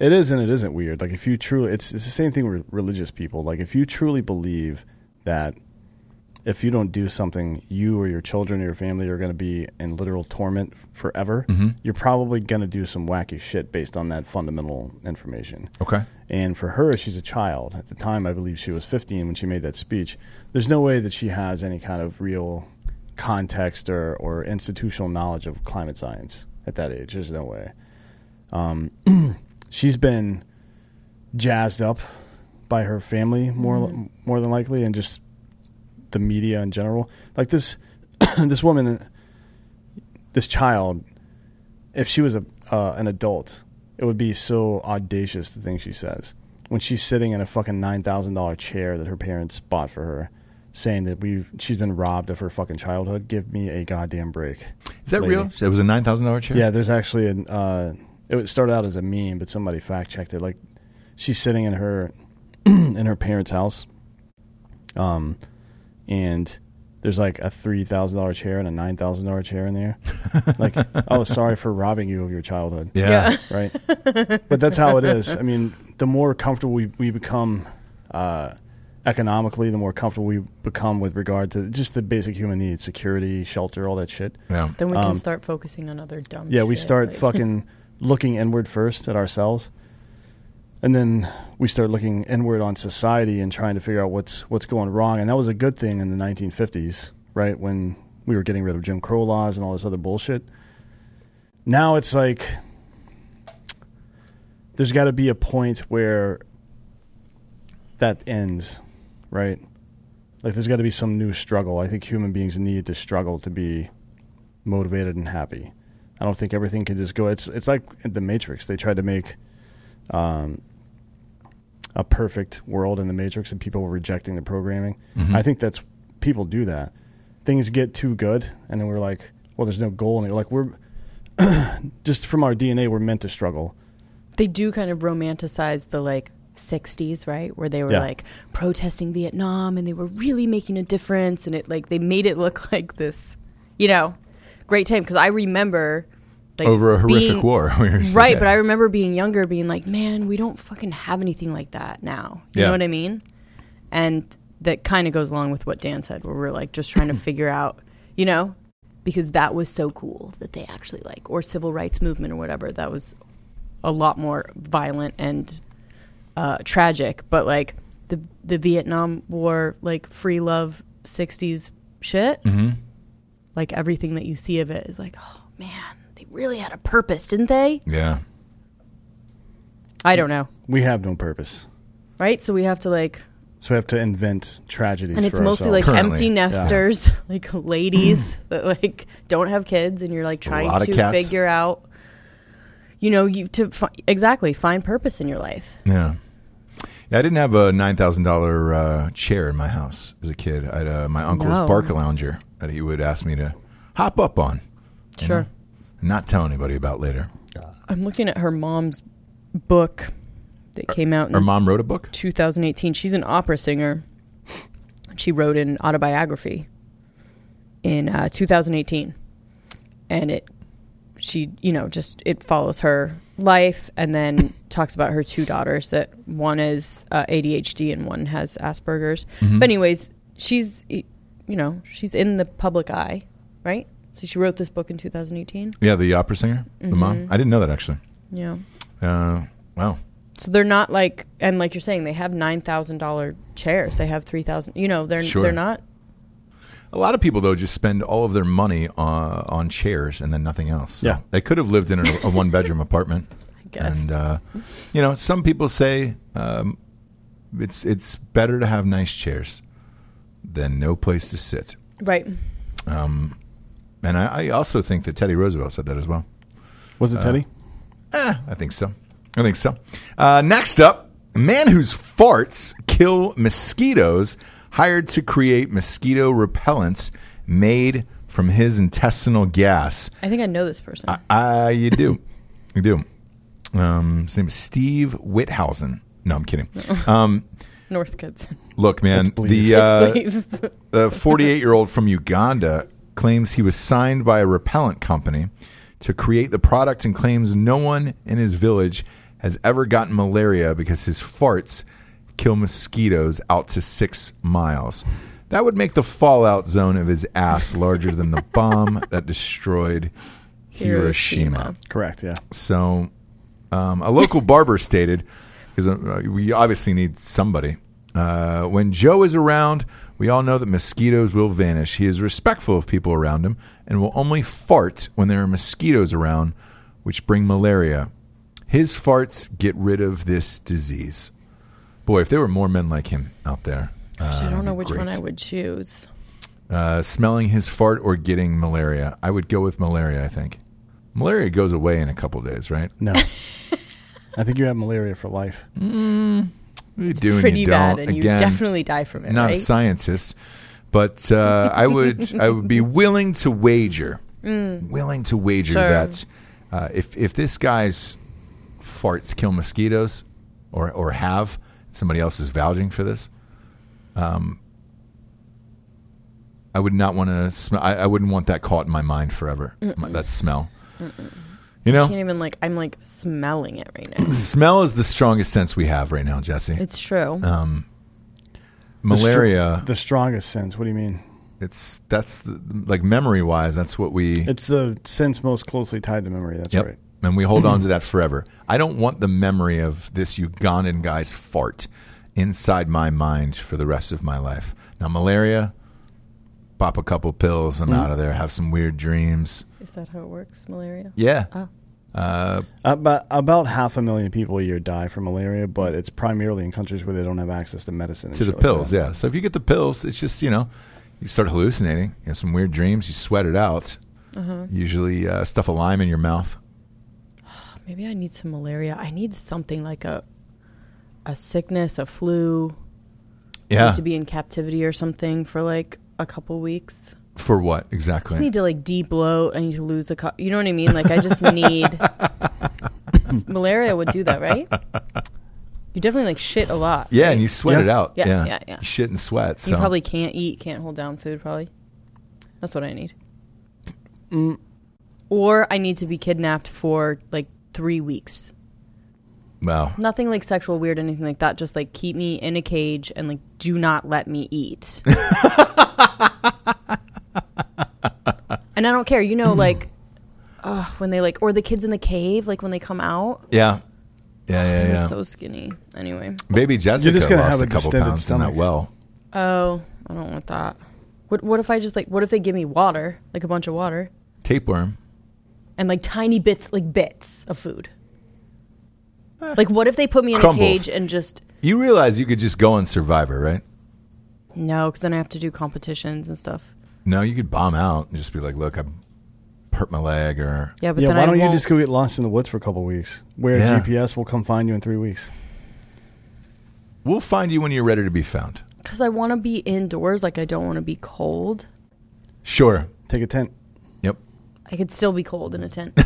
Speaker 4: It is and it isn't weird. Like if you truly, it's it's the same thing with religious people. Like if you truly believe that if you don't do something, you or your children or your family are going to be in literal torment forever. You're probably going to do some wacky shit based on that fundamental information.
Speaker 2: okay?
Speaker 4: And for her, she's a child. At the time, I believe she was 15 when she made that speech. There's no way that she has any kind of real context or, or institutional knowledge of climate science at that age. There's no way. Um, (clears throat) she's been jazzed up by her family more more than likely, and just the media in general. Like this, (clears throat) this woman, this child if she was a uh, an adult, it would be so audacious the thing she says when she's sitting in a fucking nine thousand dollar chair that her parents bought for her, saying that we she's been robbed of her fucking childhood. Give me a goddamn break.
Speaker 2: Is that
Speaker 4: lady.
Speaker 2: real? It was a $9,000 chair?
Speaker 4: Yeah, there's actually an. Uh, it was- started out as a meme, but somebody fact checked it. Like she's sitting in her (clears throat) in her parents' house, um, and there's like a three thousand dollar chair and a nine thousand dollar chair in there. like, oh, sorry for robbing you of your childhood
Speaker 2: Yeah.
Speaker 4: right? (laughs) but that's how it is. I mean, the more comfortable we, we become uh, economically, the more comfortable we become with regard to just the basic human needs security, shelter, all that shit.
Speaker 3: (laughs)
Speaker 2: Yeah.
Speaker 3: Then we can start focusing on other dumb.
Speaker 4: Yeah, we
Speaker 3: shit,
Speaker 4: start
Speaker 3: like- (laughs)
Speaker 4: fucking looking inward first at ourselves. And then we start looking inward on society and trying to figure out what's what's going wrong. And that was a good thing in the 1950s, right? When we were getting rid of Jim Crow laws and all this other bullshit. Now it's like there's got to be a point where that ends, right? Like there's got to be some new struggle. I think human beings need to struggle to be motivated and happy. I don't think everything can just go. It's it's like in the Matrix. They tried to make um, a perfect world in the Matrix, and people were rejecting the programming. I think that's people do that. Things get too good, and then we're like, well, there's no goal, and you're like we're (clears throat) just from our DNA, we're meant to struggle.
Speaker 3: they do kind of romanticize the like 60s right where they were
Speaker 4: Yeah.
Speaker 3: like protesting vietnam and they were really making a difference and it like they made it look (laughs) like this you know great time because i remember like
Speaker 2: Over a horrific
Speaker 3: being-
Speaker 2: war. (laughs) We were just
Speaker 3: right
Speaker 2: like,
Speaker 3: but i remember being younger being like man we don't fucking have anything like that now you
Speaker 2: Yeah.
Speaker 3: know what i mean and that kind of goes along with what dan said where we're like just (clears throat) trying to figure out you know because that was so cool that they actually like or civil rights movement or whatever that was a lot more violent and uh, tragic but like the the vietnam war like free love 60s shit like everything that you see of it is like oh man they really had a purpose didn't they
Speaker 2: Yeah.
Speaker 3: i don't know
Speaker 4: We have no purpose,
Speaker 3: right so we have to like
Speaker 4: so we have to invent tragedies.
Speaker 3: and it's
Speaker 4: for
Speaker 3: mostly like
Speaker 4: ourselves.
Speaker 2: Currently,
Speaker 3: empty
Speaker 2: yeah.
Speaker 3: nesters (laughs)
Speaker 2: (laughs)
Speaker 3: like ladies that like don't have kids and you're like trying
Speaker 2: lot
Speaker 3: to
Speaker 2: of cats.
Speaker 3: figure out you know, you to fi- exactly find purpose in your life.
Speaker 2: Yeah. Yeah, I didn't have a nine thousand uh, chair in my house as a kid. I had uh, my uncle's
Speaker 3: No.
Speaker 2: barca lounger that he would ask me to hop up on,
Speaker 3: Sure.
Speaker 2: not tell anybody about later.
Speaker 3: I'm looking at her mom's book that came out
Speaker 2: Her
Speaker 3: in
Speaker 2: mom wrote a book.
Speaker 3: 2018. She's an opera singer. She wrote an autobiography in uh, 2018, and it she you know just it follows her life and then talks about her two daughters that one is uh, ADHD and one has Asperger's. But anyways, she's you know she's in the public eye, right? So she wrote this book in 2018.
Speaker 2: Yeah, the opera singer, the
Speaker 3: Mm-hmm.
Speaker 2: mom. I didn't know that actually.
Speaker 3: Yeah.
Speaker 2: Uh, wow.
Speaker 3: So they're not like, and like you're saying, they have nine thousand dollar chairs. They have three thousand. You know, they're
Speaker 2: Sure.
Speaker 3: they're not.
Speaker 2: A lot of people though just spend all of their money uh, on chairs and then nothing else. So
Speaker 4: Yeah.
Speaker 2: they could have lived in a, a one
Speaker 3: (laughs)
Speaker 2: bedroom apartment.
Speaker 3: I guess.
Speaker 2: And uh, you know, some people say um, it's it's better to have nice chairs than no place to sit.
Speaker 3: right.
Speaker 2: And I, I also think that Teddy Roosevelt said that as well.
Speaker 4: Was
Speaker 3: Uh,
Speaker 4: it Teddy?
Speaker 2: Eh, I think so. I think so. Uh, next up, a man whose farts kill mosquitoes hired to create mosquito repellents made from his intestinal gas.
Speaker 3: I think I know this person.
Speaker 2: Uh, you do. you do. Um, his name is Steve Whithausen. No, I'm kidding. Um,
Speaker 3: North Kids.
Speaker 2: look, man, the
Speaker 3: (laughs)
Speaker 2: uh, the 48 year old from Uganda claims he was signed by a repellent company to create the product and claims no one in his village has ever gotten malaria because his farts kill mosquitoes out to six miles. That would make the fallout zone of his ass larger than the bomb that destroyed Hiroshima.
Speaker 3: Hiroshima.
Speaker 4: Correct. Yeah.
Speaker 2: So, um, a
Speaker 3: (laughs)
Speaker 2: local barber stated, because uh, we obviously need somebody. Uh, when Joe is around, we all know that mosquitoes will vanish. He is respectful of people around him and will only fart when there are mosquitoes around, which bring malaria. His farts get rid of this disease. Boy, if there were more men like him out there. uh,
Speaker 3: Gosh, I don't know which one
Speaker 2: great.
Speaker 3: I would choose.
Speaker 2: Uh, smelling his fart or getting malaria. I would go with malaria, I think. Malaria goes away in a couple days, right?
Speaker 3: (laughs)
Speaker 4: No. I think you have malaria for life.
Speaker 2: You do and
Speaker 3: Pretty
Speaker 2: you
Speaker 3: bad,
Speaker 2: don't.
Speaker 3: and you
Speaker 2: Again,
Speaker 3: definitely die from it.
Speaker 2: not
Speaker 3: right?
Speaker 2: a scientist, but uh, I would I would
Speaker 3: (laughs)
Speaker 2: be willing to wager, willing to wager
Speaker 3: Mm. Sure.
Speaker 2: that uh, if if this guy's farts kill mosquitoes, or or have somebody else is vouching for this, um, I would not want to smell. I, I wouldn't want that caught in my mind forever. my- that smell, you know.
Speaker 3: Can't even like. I'm like smelling it
Speaker 2: (coughs)
Speaker 3: right now.
Speaker 2: Smell is the strongest sense we have right now, Jesse.
Speaker 3: it's true.
Speaker 2: Uh.
Speaker 4: The str-
Speaker 2: Malaria.
Speaker 4: the strongest sense. What do you mean?
Speaker 2: It's that's the, like memory wise, that's what we
Speaker 4: It's the sense most closely tied to memory. That's
Speaker 2: Yep.
Speaker 4: right.
Speaker 2: and we hold on to that forever. I don't want the memory of this Ugandan guy's fart inside my mind for the rest of my life. Now malaria, pop a couple pills,
Speaker 3: Mm-hmm.
Speaker 2: I'm out of there. Have some weird dreams.
Speaker 3: Is that how it works? Malaria.
Speaker 2: Yeah,
Speaker 3: Oh.
Speaker 2: Uh,
Speaker 4: About, about half a million people a year die from malaria, but it's primarily in countries where they don't have access to medicine. and
Speaker 2: to the
Speaker 4: shit like that.
Speaker 2: pills. yeah. So if you get the pills, it's just you know you start hallucinating, you have some weird dreams, you sweat it out.
Speaker 3: Uh-huh.
Speaker 2: Usually uh, stuff a lime in your mouth.
Speaker 3: Maybe I need some malaria. I need something like a a sickness, a flu. I
Speaker 2: Yeah.
Speaker 3: Need to be in captivity or something for like a couple weeks.
Speaker 2: For what
Speaker 3: I just
Speaker 2: exactly?
Speaker 3: need to like de bloat. I need to lose a co You know what I mean? Like I just
Speaker 2: (laughs)
Speaker 3: need malaria would do that, right? You definitely like shit a lot.
Speaker 2: Yeah, and you sweat
Speaker 4: Yeah.
Speaker 2: it out.
Speaker 3: Yeah,
Speaker 2: yeah,
Speaker 3: yeah, yeah.
Speaker 2: You shit and sweat. So.
Speaker 3: You probably can't eat, can't hold down food. Probably that's what I need. Or I need to be kidnapped for like three weeks.
Speaker 2: Wow.
Speaker 3: Nothing like sexual weird, anything like that. Just like keep me in a cage and like do not let me
Speaker 4: (laughs)
Speaker 3: eat. and I don't care, you know, like (clears throat) ugh, when they like or the kids in the cave, like when they come out,
Speaker 2: Yeah. Yeah, yeah,
Speaker 3: they're
Speaker 2: yeah.
Speaker 3: so skinny. Anyway,
Speaker 2: Baby Jessica
Speaker 4: gonna
Speaker 2: lost
Speaker 4: have
Speaker 2: a,
Speaker 4: a
Speaker 2: couple
Speaker 4: distended
Speaker 2: pounds in that
Speaker 4: stomach.
Speaker 2: well.
Speaker 3: oh, I don't want that. What what if I just like what if they give me water, like a bunch of water,
Speaker 2: Tapeworm.
Speaker 3: and like tiny bits, like bits of food?
Speaker 4: Eh.
Speaker 3: Like what if they put me in
Speaker 2: Crumbles.
Speaker 3: a cage and just
Speaker 2: You realize you could just go on Survivor, right?
Speaker 3: no, because then I have to do competitions and stuff.
Speaker 2: No, you could bomb out and just be like, look, I hurt my leg or
Speaker 3: Yeah, but
Speaker 4: yeah,
Speaker 3: then
Speaker 4: why
Speaker 3: I
Speaker 4: don't
Speaker 3: won't.
Speaker 4: you just go get lost in the woods for a couple weeks? Where
Speaker 2: Yeah.
Speaker 4: GPS will come find you in three weeks.
Speaker 2: we'll find you when you're ready to be found.
Speaker 3: Because I want to be indoors. Like I don't want to be cold.
Speaker 2: Sure.
Speaker 4: Take a tent.
Speaker 2: Yep.
Speaker 3: I could still be cold in
Speaker 2: (laughs)
Speaker 3: a tent,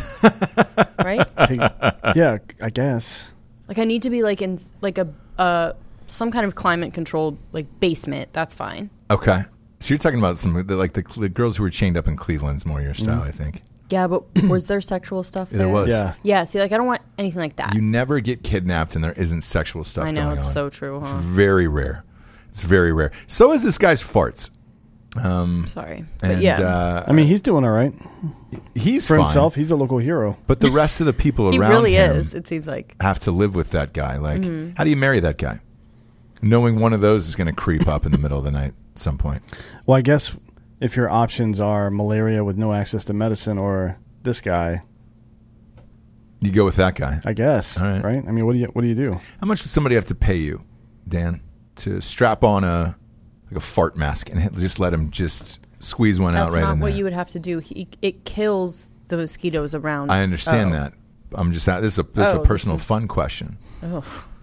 Speaker 3: right?
Speaker 4: Take,
Speaker 2: Uh.
Speaker 4: yeah, I guess.
Speaker 3: Like I need to be like in like a uh, some kind of climate controlled like basement. That's fine.
Speaker 2: Okay. So you're talking about some of the, like the, the girls who were chained up in Cleveland's more your
Speaker 3: Mm.
Speaker 2: style, I think.
Speaker 3: Yeah, (clears throat) but was there sexual stuff?
Speaker 2: Yeah, there was.
Speaker 4: Yeah.
Speaker 3: Yeah. See, like I don't want anything like that.
Speaker 2: You never get kidnapped and there isn't sexual stuff
Speaker 3: I know
Speaker 2: going
Speaker 3: it's
Speaker 2: on. Mm-hmm.
Speaker 3: so true. Huh?
Speaker 2: It's very rare. It's very rare. So is this guy's farts.
Speaker 3: Sorry, but
Speaker 2: And
Speaker 3: yeah,
Speaker 2: uh,
Speaker 4: I mean, he's doing all right
Speaker 2: he's
Speaker 4: for
Speaker 2: fine,
Speaker 4: himself. He's a local hero.
Speaker 2: but the rest of the people
Speaker 3: (laughs) he
Speaker 2: around
Speaker 3: really
Speaker 2: him
Speaker 3: is. Mm-hmm. It seems like
Speaker 2: have to live with that guy. Like, how do you marry that guy? Knowing one of those is going to creep up in the middle of the night at some point.
Speaker 4: Well, I guess if your options are malaria with no access to medicine or this guy,
Speaker 2: You go with that guy.
Speaker 4: I guess.
Speaker 2: All right.
Speaker 4: right. I mean, what do you what do you do?
Speaker 2: How much would somebody have to pay you, Dan, to strap on a like a fart mask and hit- just let him just squeeze one
Speaker 3: that's
Speaker 2: out right
Speaker 3: not
Speaker 2: in
Speaker 3: what
Speaker 2: there?
Speaker 3: you would have to do. He, it kills the mosquitoes around.
Speaker 2: I understand
Speaker 3: Oh.
Speaker 2: that. I'm just this is a this is
Speaker 3: Oh,
Speaker 2: a
Speaker 3: this
Speaker 2: personal
Speaker 3: is-
Speaker 2: fun question.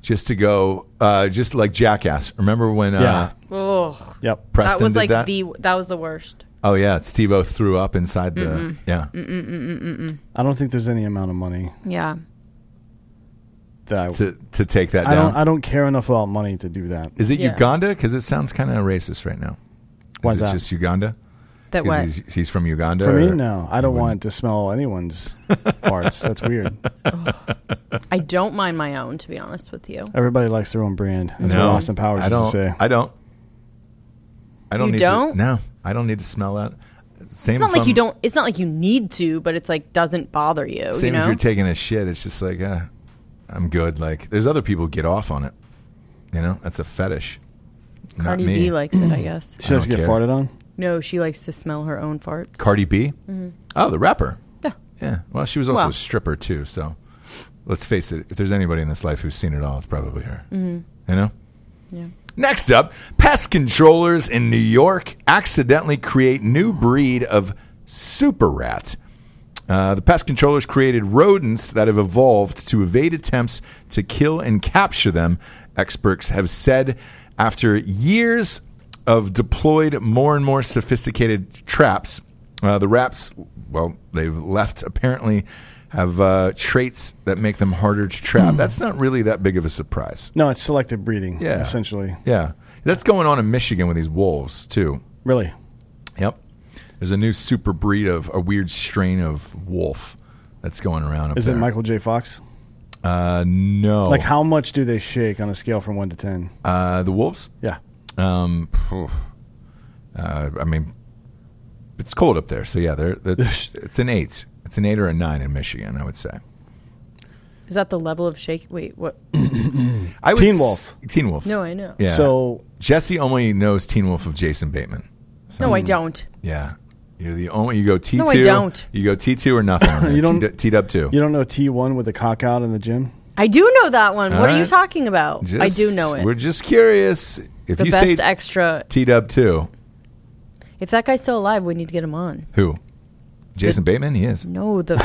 Speaker 2: Just to go, uh, just like Jackass. Remember when uh,
Speaker 4: Yeah.
Speaker 3: Ugh.
Speaker 4: Yep.
Speaker 2: Preston
Speaker 3: that was
Speaker 2: did
Speaker 3: like
Speaker 2: that?
Speaker 3: the that was the worst.
Speaker 2: oh yeah, Steve O threw up inside the
Speaker 3: Mm-hmm.
Speaker 2: yeah.
Speaker 4: I don't think there's any amount of money
Speaker 3: Yeah.
Speaker 4: that I,
Speaker 2: to to take that
Speaker 4: I
Speaker 2: down.
Speaker 4: don't. I don't care enough about money to do that.
Speaker 2: is it
Speaker 3: Yeah.
Speaker 2: Uganda? Because it sounds kind of racist right now.
Speaker 4: Why
Speaker 2: is
Speaker 4: is
Speaker 2: it
Speaker 4: that?
Speaker 2: just Uganda?
Speaker 3: That
Speaker 2: 'Cause
Speaker 3: what?
Speaker 2: He's, he's from Uganda.
Speaker 4: For me,
Speaker 2: or-
Speaker 4: no. I don't want to
Speaker 2: (laughs)
Speaker 4: smell anyone's farts. That's weird.
Speaker 3: I don't mind my own, to be honest with you.
Speaker 4: Everybody likes their own brand. That's what Austin Powers
Speaker 2: I
Speaker 4: used
Speaker 2: don't.
Speaker 4: to say.
Speaker 2: I don't. I don't
Speaker 3: You
Speaker 2: need
Speaker 3: don't?
Speaker 2: to. No, I don't need to smell that. Same.
Speaker 3: It's not
Speaker 2: if
Speaker 3: like
Speaker 2: I'm-
Speaker 3: you don't. It's not like you need to, but it's like doesn't bother you.
Speaker 2: Same
Speaker 3: you know?
Speaker 2: if you're taking a shit. It's just like, uh, I'm good. Like, there's other people who get off on it. You know, that's a fetish.
Speaker 3: Cardi
Speaker 2: not me.
Speaker 3: B
Speaker 2: (clears throat)
Speaker 3: likes it, I guess.
Speaker 4: she likes to
Speaker 2: don't
Speaker 4: get
Speaker 2: care.
Speaker 4: farted on.
Speaker 3: No, she likes to smell her own farts.
Speaker 2: Cardi B. Oh, the rapper.
Speaker 3: Mm-hmm. Yeah.
Speaker 2: Yeah. Well, she was also
Speaker 3: Well.
Speaker 2: a stripper too. So, let's face it. If there's anybody in this life who's seen it all, it's probably her. You know.
Speaker 3: Mm-hmm. Yeah.
Speaker 2: Next up, pest controllers in New York accidentally create new breed of super rats. Uh, the pest controllers created rodents that have evolved to evade attempts to kill and capture them. Experts have said after years of deployed more and more sophisticated traps, uh, the rats, well, they've left apparently have uh, traits that make them harder to trap. That's not really that big of a surprise.
Speaker 4: No, it's selective breeding.
Speaker 2: Yeah.
Speaker 4: Essentially.
Speaker 2: Yeah. That's going on in Michigan with these wolves, too.
Speaker 4: Really.
Speaker 2: Yep. There's a new super breed of a weird strain of wolf that's going around up
Speaker 4: Is
Speaker 2: there.
Speaker 4: it Michael J. Fox?
Speaker 2: Uh, no.
Speaker 4: Like, how much do they shake on a scale from one to ten?
Speaker 2: uh, the wolves?
Speaker 4: Yeah.
Speaker 2: Um, phew. uh, I mean, it's cold up there, so yeah, there.
Speaker 4: (laughs)
Speaker 2: That's it's an eight. It's an eight or a nine in Michigan, I would say.
Speaker 3: Is that the level of shake? Wait, what?
Speaker 2: I would
Speaker 4: Teen
Speaker 2: s-
Speaker 4: Wolf.
Speaker 2: teen Wolf.
Speaker 3: No, I know.
Speaker 2: Yeah.
Speaker 4: So
Speaker 2: Jesse only knows Teen Wolf of Jason Bateman. So,
Speaker 3: No, I don't.
Speaker 2: Yeah. You're the only. You go T two.
Speaker 3: No, I don't.
Speaker 2: You go T two or
Speaker 4: (laughs)
Speaker 2: nothing.
Speaker 4: You don't-
Speaker 2: T, T dub two.
Speaker 4: you don't know T one with the cock out in the gym?
Speaker 3: I do know that one. what are you
Speaker 2: right.
Speaker 3: talking about? I do know
Speaker 2: We're
Speaker 3: it.
Speaker 2: just curious. If
Speaker 3: The
Speaker 2: you
Speaker 3: best
Speaker 2: say
Speaker 3: extra.
Speaker 2: T Dub two,
Speaker 3: If that guy's still alive, we need to get him on.
Speaker 2: who? Jason Bateman. He is
Speaker 3: No,
Speaker 2: (laughs)
Speaker 3: the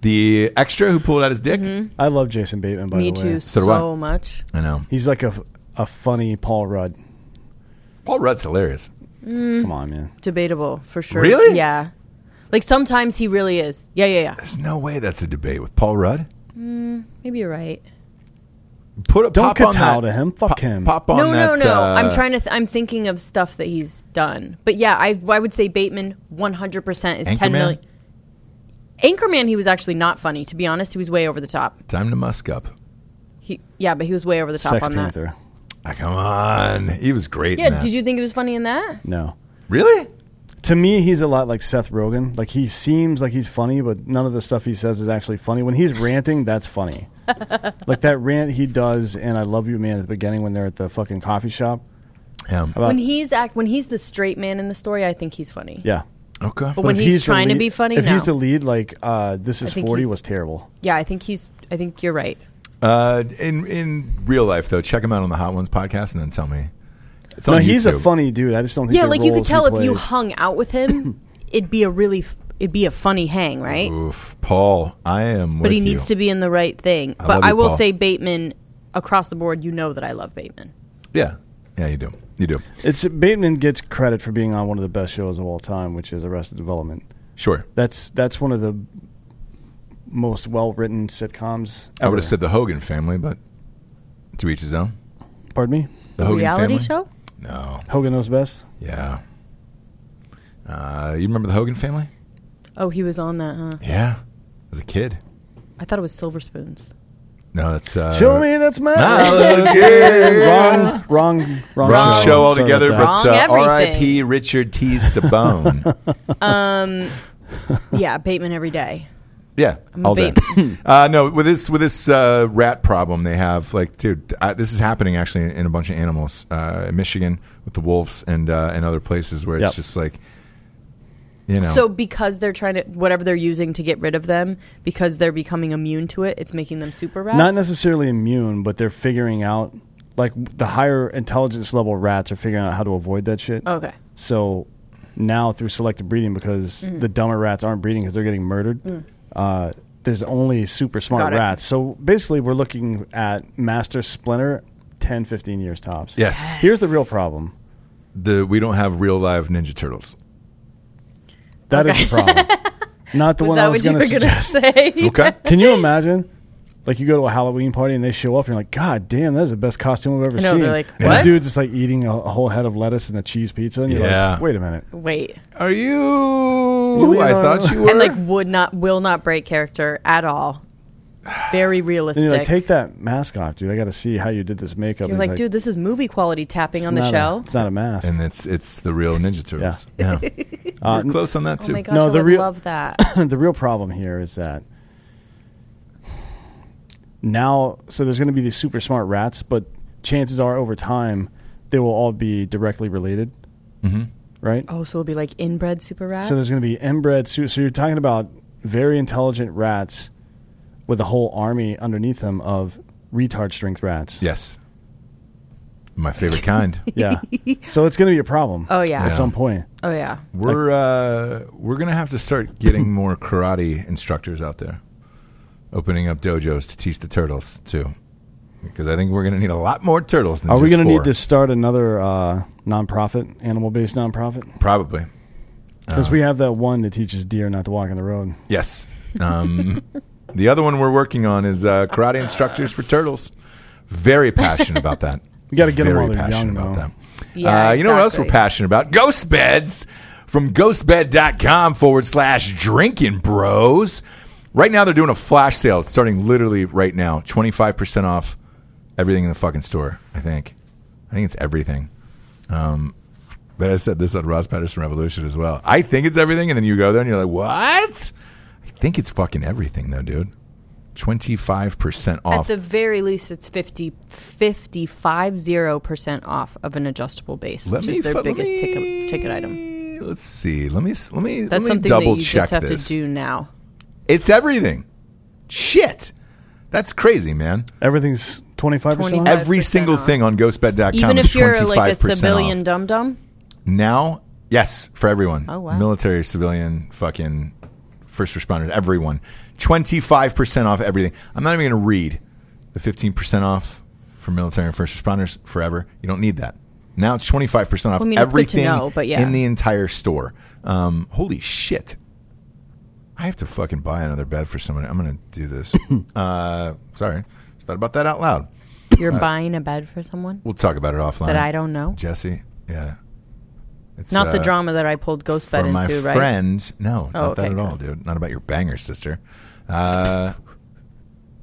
Speaker 2: the extra who pulled out his dick.
Speaker 3: Mm-hmm.
Speaker 4: I love Jason Bateman. By
Speaker 3: Me
Speaker 4: the way,
Speaker 3: Too
Speaker 2: So
Speaker 3: so,
Speaker 2: do I.
Speaker 3: much.
Speaker 2: I know.
Speaker 4: he's like a a funny Paul Rudd.
Speaker 2: Paul Rudd's hilarious.
Speaker 3: Mm.
Speaker 4: Come on, man.
Speaker 3: Debatable for sure.
Speaker 2: Really?
Speaker 3: Yeah. Like sometimes he really is. Yeah, yeah, yeah.
Speaker 2: There's no way that's a debate with Paul Rudd.
Speaker 3: Maybe you're right.
Speaker 2: Put a
Speaker 4: Don't
Speaker 2: pop on that.
Speaker 4: kowtow to him. Fuck
Speaker 2: pop,
Speaker 4: him.
Speaker 2: Pop on
Speaker 3: no,
Speaker 2: that.
Speaker 3: no, no.
Speaker 2: uh,
Speaker 3: I'm trying to. Th- I'm thinking of stuff that he's done. But yeah, I I would say Bateman 100 percent is 10
Speaker 2: Anchorman?
Speaker 3: million. Anchorman, he was actually not funny. To be honest, he was way over the top.
Speaker 2: Time to musk up.
Speaker 3: He yeah, but he was way over the top
Speaker 4: Sex
Speaker 3: on
Speaker 4: Panther.
Speaker 2: Ah, come on. He was great.
Speaker 3: that. Yeah.
Speaker 2: in that.
Speaker 3: Did you think he was funny in that?
Speaker 4: No.
Speaker 2: really?
Speaker 4: To me, he's a lot like Seth Rogen. Like he seems like he's funny, but none of the stuff he says is actually funny. When he's ranting, that's funny.
Speaker 3: (laughs)
Speaker 4: like that rant he does, and I love you, man, at the beginning when they're at the fucking coffee shop.
Speaker 2: Yeah.
Speaker 4: Uh,
Speaker 3: When he's act, when he's the straight man in the story, I think he's funny.
Speaker 4: Yeah.
Speaker 2: Okay.
Speaker 3: But when
Speaker 4: If
Speaker 3: he's,
Speaker 4: the
Speaker 3: trying to
Speaker 4: lead-
Speaker 3: be funny,
Speaker 4: if
Speaker 3: no.
Speaker 4: he's the lead, like uh, this is
Speaker 3: think
Speaker 4: forty
Speaker 3: he's-
Speaker 4: was terrible.
Speaker 3: yeah, I think he's. I think you're right.
Speaker 2: Uh, in in real life though, check him out on the Hot Ones podcast and then tell me. It's
Speaker 4: No,
Speaker 2: on
Speaker 4: he's a
Speaker 2: YouTube.
Speaker 4: funny dude. I just don't think.
Speaker 3: Yeah,
Speaker 4: the
Speaker 3: like you could
Speaker 4: roles he
Speaker 3: tell if you
Speaker 4: plays-
Speaker 3: hung out with him, it'd be a really f- it'd be a funny hang, right?
Speaker 2: Oof, Paul, I am.
Speaker 3: but he needs to be in the right thing.
Speaker 2: love
Speaker 3: but I
Speaker 2: you,
Speaker 3: will
Speaker 2: Paul.
Speaker 3: say Bateman across the board. You know that I love Bateman.
Speaker 2: Yeah, yeah, you do. You do.
Speaker 4: It's Bateman gets credit for being on one of the best shows of all time, which is Arrested Development.
Speaker 2: Sure.
Speaker 4: That's that's one of the most well written sitcoms ever.
Speaker 2: I would have said the Hogan family, but to each his own.
Speaker 4: Pardon me.
Speaker 2: The Hogan
Speaker 3: reality
Speaker 2: family?
Speaker 3: show?
Speaker 2: No.
Speaker 4: Hogan knows best.
Speaker 2: Yeah. Uh, you remember the Hogan family?
Speaker 3: Oh, he was on that, huh?
Speaker 2: Yeah. As a kid.
Speaker 3: I thought it was Silver (laughs) Spoons.
Speaker 2: No, that's uh, (laughs)
Speaker 4: Show me that's mine. wrong, wrong, wrong,
Speaker 2: Wrong
Speaker 4: show.
Speaker 2: show
Speaker 4: I'm sorry
Speaker 2: altogether,
Speaker 4: about that.
Speaker 2: but
Speaker 3: Wrong
Speaker 2: uh,
Speaker 3: everything.
Speaker 2: R.I.P. Richard T. Stabone. (laughs)
Speaker 3: Um, yeah, Bateman every day.
Speaker 2: yeah,
Speaker 3: a
Speaker 2: all day. uh, no, with this with this uh, rat problem they have, like, dude, I, this is happening actually in, a bunch of animals uh, in Michigan with the wolves and uh, and other places where it's
Speaker 4: Yep.
Speaker 2: just like, you know,
Speaker 3: So because they're trying to whatever they're using to get rid of them, because they're becoming immune to it, it's making them super rats.
Speaker 4: Not necessarily immune, but they're figuring out like the higher intelligence level rats are figuring out how to avoid that shit.
Speaker 3: Okay.
Speaker 4: So now through selective breeding, because
Speaker 3: Mm.
Speaker 4: the dumber rats aren't breeding because they're getting murdered, uh, there's only super smart
Speaker 3: Got it.
Speaker 4: rats. So basically, we're looking at master splinter 10, 15 years tops.
Speaker 2: yes,
Speaker 4: Here's the real problem.
Speaker 2: the we don't have real live Ninja
Speaker 3: (laughs)
Speaker 2: Turtles.
Speaker 4: That is the problem. Not the
Speaker 3: Was
Speaker 4: one I
Speaker 3: that
Speaker 4: was
Speaker 3: what
Speaker 4: going
Speaker 3: you
Speaker 4: to
Speaker 3: were gonna
Speaker 4: suggest.
Speaker 3: say?
Speaker 4: (laughs)
Speaker 2: Okay,
Speaker 4: Can you imagine? Like you go to a Halloween party and they show up and you're like, God damn, that is the best costume I've ever
Speaker 3: I know,
Speaker 4: seen.
Speaker 3: they're like,
Speaker 4: and the
Speaker 3: "What?"
Speaker 4: dude's just like eating a, a whole head of lettuce and a cheese pizza, and you're
Speaker 2: Yeah.
Speaker 4: like, Wait a minute,
Speaker 3: Wait.
Speaker 2: are you? who I
Speaker 4: Leonardo.
Speaker 2: thought you were.
Speaker 3: And like would not will not break character at all. Very realistic.
Speaker 4: and you're like, take that mask off, dude. I got to see how you did this makeup.
Speaker 3: You're
Speaker 4: And
Speaker 3: like,
Speaker 4: he's
Speaker 3: dude, this is movie quality tapping
Speaker 4: "It's
Speaker 3: on the
Speaker 4: not a-
Speaker 3: shell.
Speaker 4: it's not a mask.
Speaker 2: and it's it's the real Ninja Turtles. Yeah,
Speaker 3: (laughs)
Speaker 4: Uh, (laughs)
Speaker 2: You're close on that
Speaker 3: oh
Speaker 2: too.
Speaker 3: my gosh,
Speaker 4: No,
Speaker 3: I
Speaker 4: the
Speaker 3: would
Speaker 4: real-
Speaker 3: love that.
Speaker 4: the real problem here is that now, so there's going to be these super smart rats, but chances are over time they will all be directly related,
Speaker 2: Mm-hmm.
Speaker 4: right?
Speaker 3: (laughs) Oh, so it'll be like inbred super rats.
Speaker 4: So there's going to be inbred. So, so you're talking about very intelligent rats with a whole army underneath them of retard strength rats.
Speaker 2: Yes, my favorite
Speaker 4: (laughs)
Speaker 2: kind.
Speaker 4: Yeah.
Speaker 3: (laughs)
Speaker 4: so it's going to be a problem.
Speaker 3: Oh, yeah.
Speaker 4: At
Speaker 2: Yeah.
Speaker 4: some point.
Speaker 3: Oh yeah.
Speaker 2: We're uh, we're gonna have to start getting more karate instructors out there, opening up dojos to teach the turtles too, because I think we're gonna need a lot more turtles. Than
Speaker 4: Are we
Speaker 2: just
Speaker 4: going to
Speaker 2: four.
Speaker 4: need to start another uh, nonprofit, animal based nonprofit?
Speaker 2: Probably. Uh.
Speaker 4: Because we have that one that teaches deer not to walk on the road.
Speaker 2: Yes. Um, the other one we're working on is uh, karate instructors for turtles. Very passionate about that.
Speaker 4: You gotta get 'em
Speaker 2: Very
Speaker 4: while they're
Speaker 2: passionate
Speaker 4: young,
Speaker 2: about
Speaker 4: though.
Speaker 2: that.
Speaker 3: Yeah,
Speaker 2: uh, you know what else we're
Speaker 3: exactly.
Speaker 2: passionate about? Ghost beds from ghostbed.com forward slash drinking bros. Right now, they're doing a flash sale. It's starting literally right now. 25% off everything in the fucking store, I think. I think it's everything. Um, But I said this on Ross Patterson Revolution as well. I think it's everything, and then you go there and you're like, "What?" I think it's fucking everything, though, dude. Twenty five percent
Speaker 3: At
Speaker 2: off.
Speaker 3: the very least, it's 50, 55 zero percent off of an adjustable base,
Speaker 2: Let
Speaker 3: which
Speaker 2: me
Speaker 3: is their
Speaker 2: fi- let
Speaker 3: biggest
Speaker 2: me-
Speaker 3: ticket, ticket item.
Speaker 2: Let's see. Let me s- let me
Speaker 3: That's
Speaker 2: let me
Speaker 3: something
Speaker 2: double
Speaker 3: that you
Speaker 2: check
Speaker 3: just have
Speaker 2: this.
Speaker 3: to do now.
Speaker 2: It's everything. Shit, that's crazy, man.
Speaker 4: Everything's 25%? off?
Speaker 3: 25.
Speaker 2: Every
Speaker 3: 5%
Speaker 2: single
Speaker 3: off.
Speaker 2: thing on GhostBed.com
Speaker 3: Even
Speaker 2: is
Speaker 3: if you're like a
Speaker 2: 25% off.
Speaker 3: civilian dum dum,
Speaker 2: (laughs) Now, yes, for everyone.
Speaker 3: Oh, wow.
Speaker 2: Military, civilian, fucking first responders, everyone. 25% off everything. I'm not even going to read the 15% off for military and first responders forever. You don't need that. Now it's 25% off
Speaker 3: I mean, it's good to
Speaker 2: everything
Speaker 3: know, but yeah.
Speaker 2: in the entire store. Um, holy shit. I have to fucking buy another bed for someone. I'm going to do
Speaker 3: (coughs)
Speaker 2: this. uh, sorry. Just thought about that out loud.
Speaker 3: you're buying a bed for someone
Speaker 2: We'll talk about it offline.
Speaker 3: that I don't know.
Speaker 2: Jesse, yeah. It's,
Speaker 3: Not the
Speaker 2: uh,
Speaker 3: drama that I pulled Ghost Bed
Speaker 2: from my
Speaker 3: into, right?
Speaker 2: friend. No,
Speaker 3: Oh,
Speaker 2: not that
Speaker 3: okay,
Speaker 2: at
Speaker 3: good.
Speaker 2: all, dude. Not about your banger sister. Uh,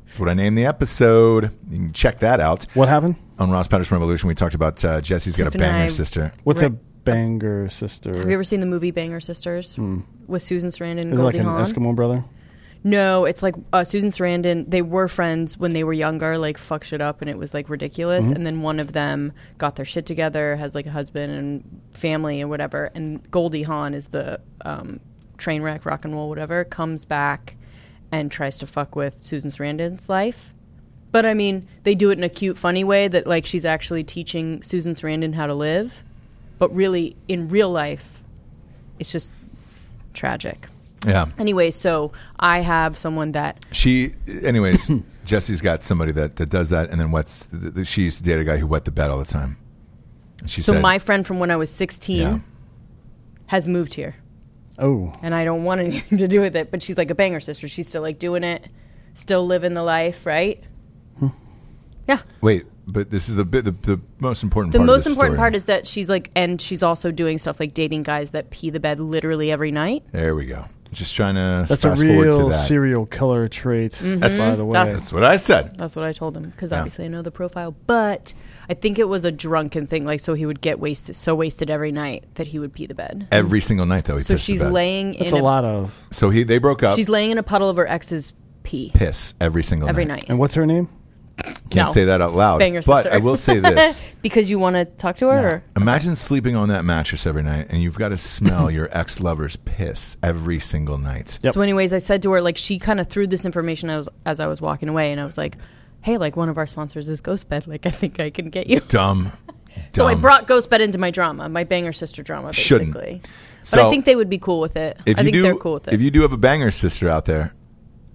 Speaker 2: that's what I named the episode. You can check that out
Speaker 4: What happened?
Speaker 2: on Ross Patterson Revolution. We talked about uh, Jesse's got a
Speaker 3: Tiffany and
Speaker 2: banger
Speaker 3: I-
Speaker 2: sister.
Speaker 4: What's
Speaker 3: Right.
Speaker 4: a banger sister?
Speaker 3: Have you ever seen the movie Banger Sisters
Speaker 2: Hmm.
Speaker 3: with Susan Sarandon and
Speaker 4: Is it like
Speaker 3: Goldie
Speaker 4: an
Speaker 3: Hawn?
Speaker 4: Eskimo brother?
Speaker 3: No, it's like uh, Susan Sarandon. They were friends when they were younger, like fuck shit up, and it was like ridiculous. And then one of them got their shit together, has like a husband and family and whatever. And Goldie Hawn is the um, train wreck, rock and roll, whatever. Comes back and tries to fuck with Susan Sarandon's life. But I mean, they do it in a cute, funny way that like she's actually teaching Susan Sarandon how to live. But really, in real life, it's just tragic.
Speaker 2: Yeah.
Speaker 3: Anyway, so I have someone that
Speaker 2: She,
Speaker 3: (coughs)
Speaker 2: anyways, Jesse's got somebody that, that does that, and then wets. The, the, she used to date a guy who wet the bed all the time. And she
Speaker 3: so
Speaker 2: said,
Speaker 3: my friend from when I was 16
Speaker 2: Yeah.
Speaker 3: has moved here.
Speaker 4: Oh,
Speaker 3: and I don't want (laughs) anything to do with it. But she's like a banger sister. She's still like doing it, still living the life, right?
Speaker 2: Hmm.
Speaker 3: Yeah.
Speaker 2: "Wait, but this is the bit, the, the most important.
Speaker 3: The
Speaker 2: part
Speaker 3: most important part is that she's like, and she's also doing stuff like dating guys that pee the bed literally every night.
Speaker 2: there we go. Just trying to
Speaker 4: that's
Speaker 2: fast
Speaker 4: a
Speaker 2: forward to
Speaker 4: real
Speaker 2: that.
Speaker 4: serial killer trait.
Speaker 2: That's-
Speaker 4: by the
Speaker 3: Mm-hmm.
Speaker 4: way,
Speaker 3: that's-
Speaker 2: That's what I said.
Speaker 3: That's what I told him because obviously I know the profile, but I think it was a drunken thing. Like, so he would get wasted, so wasted every night that he would pee the bed.
Speaker 2: Every single night though, he
Speaker 3: So
Speaker 2: pissed the
Speaker 3: she's
Speaker 2: bed.
Speaker 3: laying
Speaker 4: that's
Speaker 3: in
Speaker 4: a lot of.
Speaker 2: So he they broke up.
Speaker 3: she's laying in a puddle of her ex's pee
Speaker 2: piss every single
Speaker 3: every
Speaker 2: night.
Speaker 3: night.
Speaker 4: And what's her name?
Speaker 2: Can't
Speaker 3: No.
Speaker 2: say that out loud.
Speaker 3: Banger
Speaker 2: but
Speaker 3: sister.
Speaker 2: I will
Speaker 3: (laughs)
Speaker 2: say this:
Speaker 3: because you want to talk to her. Or?
Speaker 2: Imagine sleeping on that mattress every night, and you've got to smell your ex lover's piss every single night.
Speaker 4: Yep.
Speaker 3: So, anyways, I said to her, like, she kind of threw this information as, as I was walking away, and I was like, hey, like, one of our sponsors is Ghost Bed. Like, I think I can get you. (laughs)
Speaker 2: Dumb.
Speaker 3: So, I
Speaker 2: dumb.
Speaker 3: brought Ghost Bed into my drama, my banger sister drama,
Speaker 2: Shouldn't.
Speaker 3: basically. But
Speaker 2: So-
Speaker 3: I think they would be cool with it.
Speaker 2: If
Speaker 3: I
Speaker 2: you
Speaker 3: think
Speaker 2: do,
Speaker 3: they're cool with it.
Speaker 2: If you do have a banger sister out there,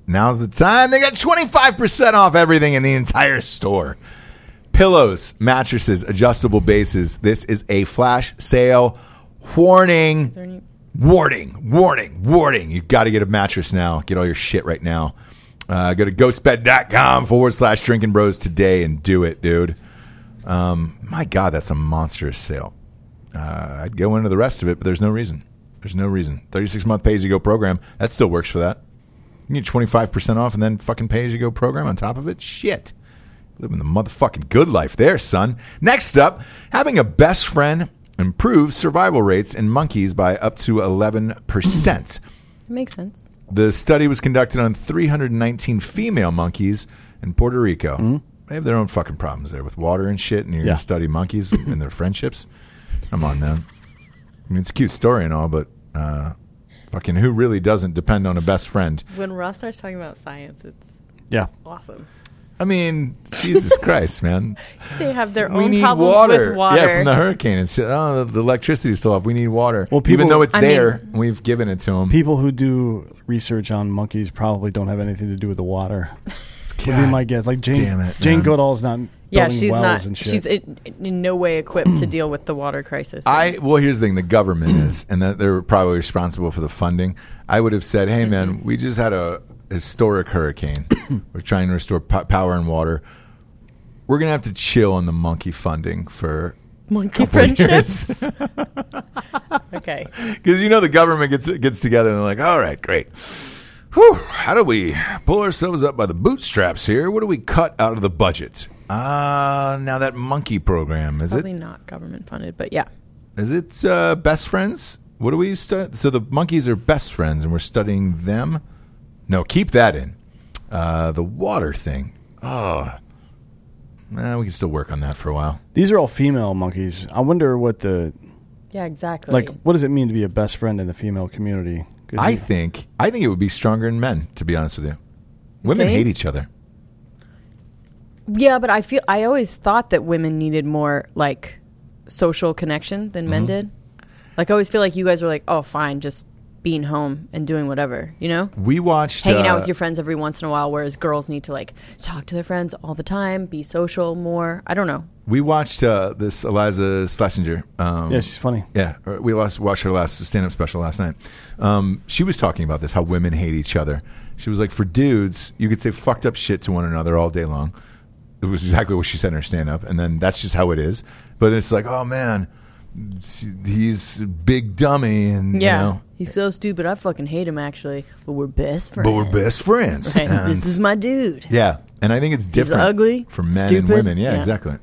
Speaker 2: now's the time. They got 25% off everything in the entire store. Pillows, mattresses, adjustable bases. This is a flash sale. Warning. Warning, warning, warning. You've got to get a mattress now. Get all your shit right now. Uh, go to ghostbed.com forward slash drinking bros today and do it, dude. Um, my God, that's a monstrous sale. Uh, I'd go into the rest of it, but there's no reason. There's no reason. 36 month pay as you go program, that still works for that. You need 25% off and then fucking pay as you go program on top of it? Shit. Living the motherfucking good life there, son. Next up, having a best friend improves survival rates in monkeys by up to 11%.
Speaker 3: it makes sense.
Speaker 2: The study was conducted on 319 female monkeys in Puerto Rico. They have their own fucking problems there with water and shit, and you're
Speaker 4: Mm-hmm. Yeah.
Speaker 2: going to study
Speaker 4: (laughs)
Speaker 2: monkeys and their friendships. Come on, man. I mean, it's a cute story and all, but uh, fucking who really doesn't depend on a best friend?
Speaker 3: When Ross starts talking about science, it's
Speaker 4: Yeah,
Speaker 3: awesome.
Speaker 2: I mean,
Speaker 4: (laughs)
Speaker 2: Jesus Christ, man.
Speaker 3: They have their
Speaker 2: We
Speaker 3: own
Speaker 2: need
Speaker 3: problems
Speaker 2: water.
Speaker 3: with water.
Speaker 2: Yeah, from the hurricane and shit. Oh, the electricity's still off. We need water.
Speaker 4: Well,
Speaker 2: Even
Speaker 4: people-
Speaker 2: though it's
Speaker 3: I
Speaker 2: there, we've given it to them.
Speaker 4: people who do research on monkeys probably don't have anything to do with
Speaker 2: (laughs)
Speaker 4: the water. Would be my guess. Like Jane,
Speaker 2: damn it,
Speaker 4: Jane
Speaker 2: man.
Speaker 4: Goodall's not.
Speaker 3: yeah,
Speaker 4: building
Speaker 3: she's
Speaker 4: wells
Speaker 3: not.
Speaker 4: And shit.
Speaker 3: She's in, in no way equipped to deal with the water crisis.
Speaker 2: I well, here's the thing: the government is, (clears throat) and that they're probably responsible for the funding. I would have said, "Hey, man, we just had a historic hurricane. We're trying to restore po- power and water. We're gonna have to chill on the monkey funding for
Speaker 3: Monkey friendships. (laughs) okay.
Speaker 2: because you know the government gets gets together and they're like, all right, great. Whew, how do we pull ourselves up by the bootstraps here? What do we cut out of the budget? Ah, now that monkey program is
Speaker 3: Probably
Speaker 2: it?
Speaker 3: not government funded, but yeah.
Speaker 2: Is it uh, best friends? What do we study? So the monkeys are best friends, and we're studying them. No, keep that in. Uh, the water thing. Oh, nah, we can still work on that for a while.
Speaker 4: These are all female monkeys. I wonder what the
Speaker 3: Yeah, exactly.
Speaker 4: like. What does it mean to be a best friend in the female community? Could
Speaker 2: I
Speaker 4: you-
Speaker 2: think I think it would be stronger in men. To be honest with you, women
Speaker 3: Okay.
Speaker 2: hate each other.
Speaker 3: Yeah, but I feel I always thought that women needed more like social connection than
Speaker 4: Mm-hmm.
Speaker 3: men did. Like I always feel like you guys were like, oh, fine, just being home and doing whatever, you know,
Speaker 2: We watched
Speaker 3: hanging
Speaker 2: uh,
Speaker 3: out with your friends every once in a while. Whereas girls need to like talk to their friends all the time, be social more. I don't know.
Speaker 2: We watched uh, this Eliza Schlesinger. Um,
Speaker 4: Yeah, she's funny.
Speaker 2: Yeah, or we lost, watched her last stand-up special last night. Um, she was talking about this, how women hate each other. She was like, for dudes, you could say fucked up shit to one another all day long. It was exactly what she said in her stand-up, and then that's just how it is. But it's like, oh man, he's a big dummy, and
Speaker 3: Yeah,
Speaker 2: you know,
Speaker 3: he's so stupid. I fucking hate him actually, but we're best friends.
Speaker 2: but we're best friends.
Speaker 3: Right?
Speaker 2: And-
Speaker 3: This is my dude.
Speaker 2: yeah, and I think it's different
Speaker 3: ugly,
Speaker 2: for men and
Speaker 3: stupid.
Speaker 2: women. Yeah,
Speaker 3: Yeah.
Speaker 2: exactly.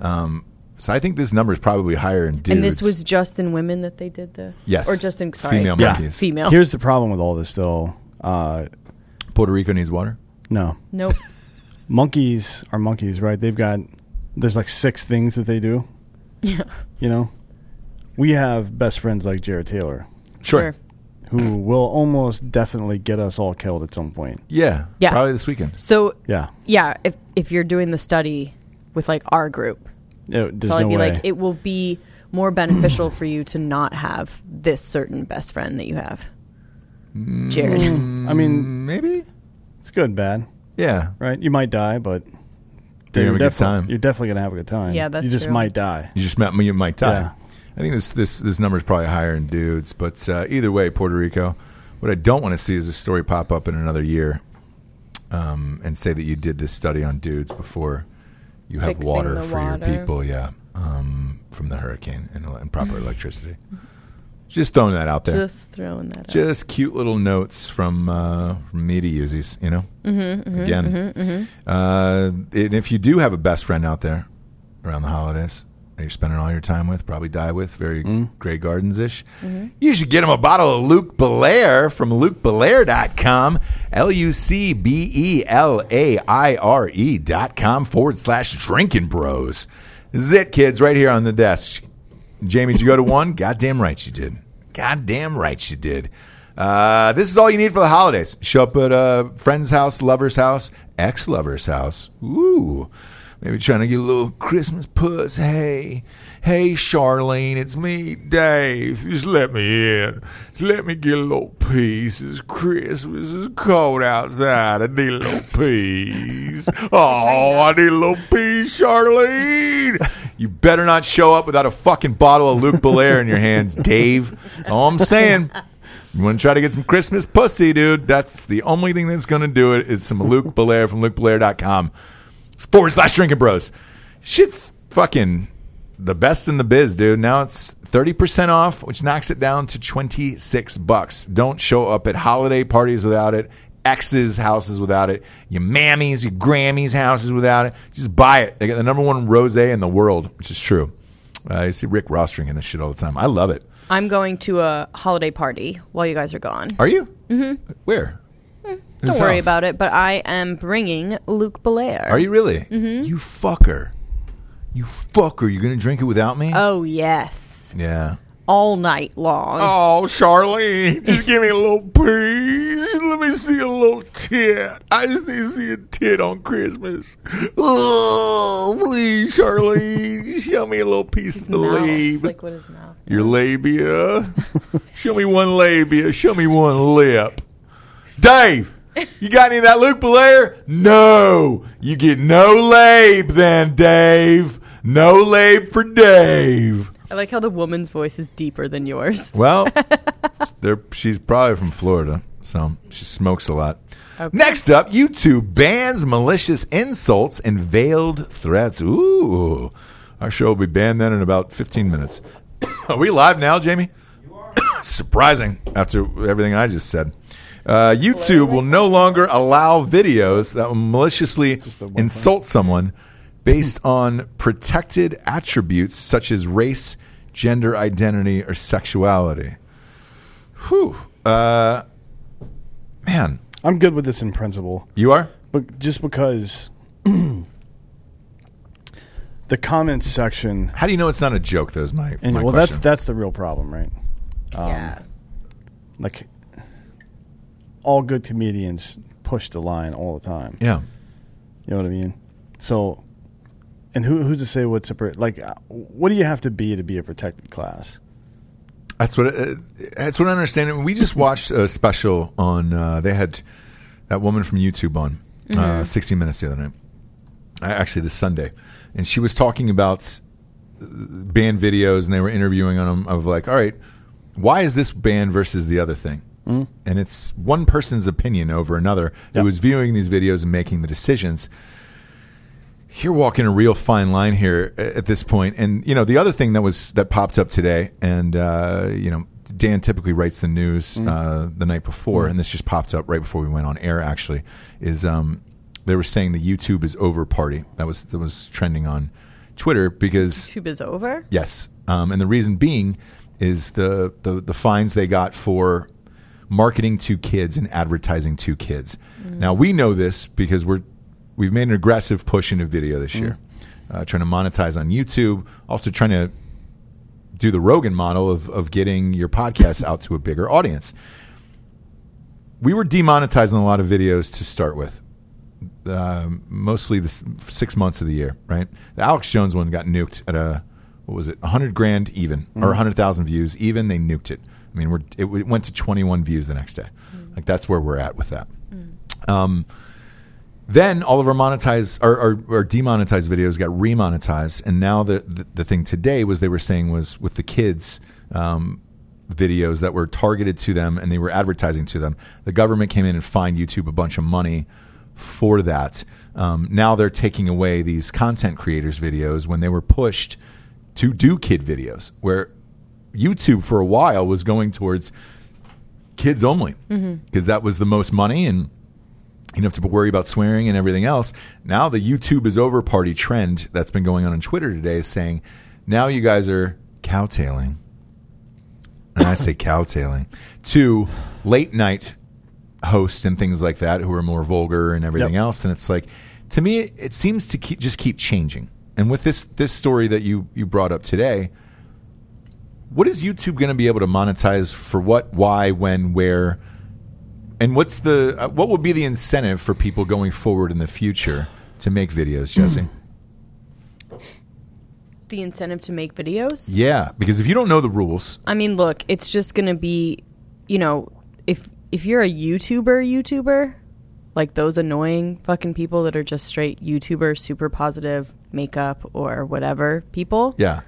Speaker 2: Um, so I think this number is probably higher in dudes.
Speaker 3: And this was just in women that they did the
Speaker 2: Yes.
Speaker 3: or just in sorry
Speaker 2: Female
Speaker 3: yeah.
Speaker 2: monkeys.
Speaker 3: female.
Speaker 4: Here's the problem with all this, though. Uh,
Speaker 2: Puerto Rico needs water.
Speaker 4: no,
Speaker 2: (laughs)
Speaker 3: nope.
Speaker 4: monkeys are monkeys, right? They've got there's like six things that they do.
Speaker 3: yeah,
Speaker 4: You know, we have best friends like Jared Taylor,
Speaker 3: sure.
Speaker 4: who will almost definitely get us all killed at some point.
Speaker 2: Yeah.
Speaker 3: Yeah.
Speaker 2: Probably this weekend.
Speaker 3: So
Speaker 4: Yeah,
Speaker 3: yeah, if if you're doing the study with like our group,
Speaker 4: Yeah, there's
Speaker 3: probably
Speaker 4: no
Speaker 3: be
Speaker 4: way.
Speaker 3: like it will
Speaker 2: (clears throat)
Speaker 3: be more beneficial for you to not have this certain best friend that you have. Jared.
Speaker 2: Mm.
Speaker 4: I
Speaker 3: Mm.
Speaker 4: mean,
Speaker 2: Maybe.
Speaker 4: it's good and bad,
Speaker 2: Yeah.
Speaker 4: right? You might die,
Speaker 2: You're
Speaker 4: but
Speaker 2: gonna have a good
Speaker 4: defi-
Speaker 2: time.
Speaker 4: You're definitely gonna have a good time.
Speaker 3: Yeah, that's
Speaker 4: You just
Speaker 3: true.
Speaker 4: might die.
Speaker 2: You just met me. You might die.
Speaker 4: Yeah.
Speaker 2: I think this this this number is probably higher in dudes, but uh, either way, Puerto Rico. What I don't want to see is this story pop up in another year, um, and say that you did this study on dudes before you have
Speaker 3: Fixing
Speaker 2: water
Speaker 3: the
Speaker 2: for
Speaker 3: water.
Speaker 2: your people. Yeah, um, from the hurricane and, and proper
Speaker 3: (laughs)
Speaker 2: electricity. Just throwing that out there. Just,
Speaker 3: (laughs) Just throwing that out.
Speaker 2: cute little notes from uh, from me to usies. You know, mm-hmm, again. Uh, and if you do have a best friend out there around the holidays that you're spending all your time with, probably die with, very Grey Gardens ish, you should get him a bottle of Luke Belair from lukebelair.com, L U C B E L A I R E.com forward slash drinking bros. This is it, kids, right here on the desk. Jamie, did you go to one? Goddamn right you did. Goddamn right you did. Uh, this is all you need for the holidays. Show up at a friend's house, lover's house, ex lover's house. Ooh. Maybe trying to get a little Christmas puss. Hey, hey, Charlene, it's me, Dave. Just let me in. Just let me get a little peace. It's Christmas. It's cold outside. I need a little peace. Oh, I need a little peace, Charlene. You better not show up without a fucking bottle of Luke Belair in your hands, Dave. That's all I'm saying. You want to try to get some Christmas pussy, dude? That's the only thing that's going to do it is some Luke Belair from lukebelair.com forward slash drinking bros. Shit's fucking the best in the biz, dude. Now it's 30% off, which knocks it down to 26 bucks. Don't show up at holiday parties without it, exes' houses without it, your mammies, your Grammys' houses without it. Just buy it. They got the number one rose in the world, which is true. Uh, you see Rick Ross drinking this shit all the time. I love it.
Speaker 3: I'm going to a holiday party while you guys are gone.
Speaker 2: Are you? Mm-hmm. Where?
Speaker 3: Mm, Don't worry about it, but I am bringing Luke Belair.
Speaker 2: Are you really? Mm-hmm. You fucker. You fucker. You're going to drink it without me?
Speaker 3: Oh, yes.
Speaker 2: yeah.
Speaker 3: All night long.
Speaker 2: Oh, Charlene, just give me a little piece. Let me see a little tit. I just need to see a tit on Christmas. Oh, please, Charlene, show me a little piece of the
Speaker 3: Mouth.
Speaker 2: labia.
Speaker 3: Like, what is mouth?
Speaker 2: Your labia. show me one labia. Show me one lip. Dave, you got any of that Luke Belair? No. You get no lab then, Dave. No lab for Dave.
Speaker 3: I like how the woman's voice is deeper than yours.
Speaker 2: Well, (laughs) they're, she's probably from Florida, so she smokes a lot.
Speaker 3: Okay.
Speaker 2: Next up, YouTube bans malicious insults and veiled threats. Ooh, our show will be banned then in about 15 minutes. (coughs) Are we live now, Jamie? Surprising after everything I just said. Uh, YouTube will no longer allow videos that will maliciously insult someone
Speaker 4: Hmm.
Speaker 2: based on protected attributes such as race, gender identity, or sexuality. Whew. Uh, man,
Speaker 4: I'm good with this in principle,
Speaker 2: you are?
Speaker 4: but just because (clears throat) the comments section.
Speaker 2: How do you know it's not a joke? Though is my,
Speaker 4: And
Speaker 2: my
Speaker 4: well, that's
Speaker 2: question.
Speaker 4: that's the real problem, right?
Speaker 3: (laughs) yeah.
Speaker 4: Like all good comedians push the line all the time.
Speaker 2: yeah.
Speaker 4: You know what I mean? So, and who who's to say what's a pro- like? uh, What do you have to be to be a protected class?
Speaker 2: That's what uh, that's what I understand. And We just watched a special on. Uh, they had that woman from YouTube on uh, sixty minutes the other night. I- Actually, this Sunday, and she was talking about uh, band videos, and they were interviewing on them of like, all right, why is this band versus the other thing? And it's one person's opinion over another who
Speaker 4: Yep.
Speaker 2: was viewing these videos and making the decisions you're walking a real fine line here a- at this point. And you know, the other thing that was that popped up today, and uh, you know, Dan typically writes the news uh, the night before, and this just popped up right before we went on air. Actually, is um, they were saying the YouTube is over party that was that was trending on Twitter because
Speaker 3: Tube is over.
Speaker 2: Yes, um, and the reason being is the, the the fines they got for marketing to kids and advertising to kids. Now we know this because we're we've made an aggressive push into video this year, uh, trying to monetize on YouTube, also trying to do the Rogan model of of getting your podcast out to a bigger audience. We were demonetizing a lot of videos to start with um, mostly the s- six months of the year, right? The Alex Jones one got nuked at a what was it, hundred grand even or hundred thousand views even. They nuked it. I mean, we're it, it went to 21 views the next day. Like that's where we're at with that. Um, then all of our monetized our, our, our demonetized videos got remonetized, and now the, the the thing today was they were saying was with the kids. Um, videos that were targeted to them and they were advertising to them. The government came in and fined YouTube a bunch of money for that. Um, now they're taking away these content creators videos when they were pushed to do kid videos, where YouTube for a while was going towards kids only because that was the most money and you don't have to worry about swearing and everything else. Now the YouTube is over party trend that's been going on on Twitter today is saying now you guys are cowtailing, and I say cowtailing to late night hosts and things like that who are more vulgar and everything
Speaker 4: Yep.
Speaker 2: else. And it's like to me, it, it seems to keep, just keep changing. And with this this story that you you brought up today, what is YouTube going to be able to monetize for what, why, when, where? And what's the uh, what will be the incentive for people going forward in the future to make videos,
Speaker 3: Hmm.
Speaker 2: Jesse?
Speaker 3: The incentive to make videos?
Speaker 2: yeah, because if you don't know the rules,
Speaker 3: I mean, look, it's just gonna be, you know, if if you're a YouTuber, YouTuber, like those annoying fucking people that are just straight YouTuber, super positive makeup or whatever people.
Speaker 2: yeah,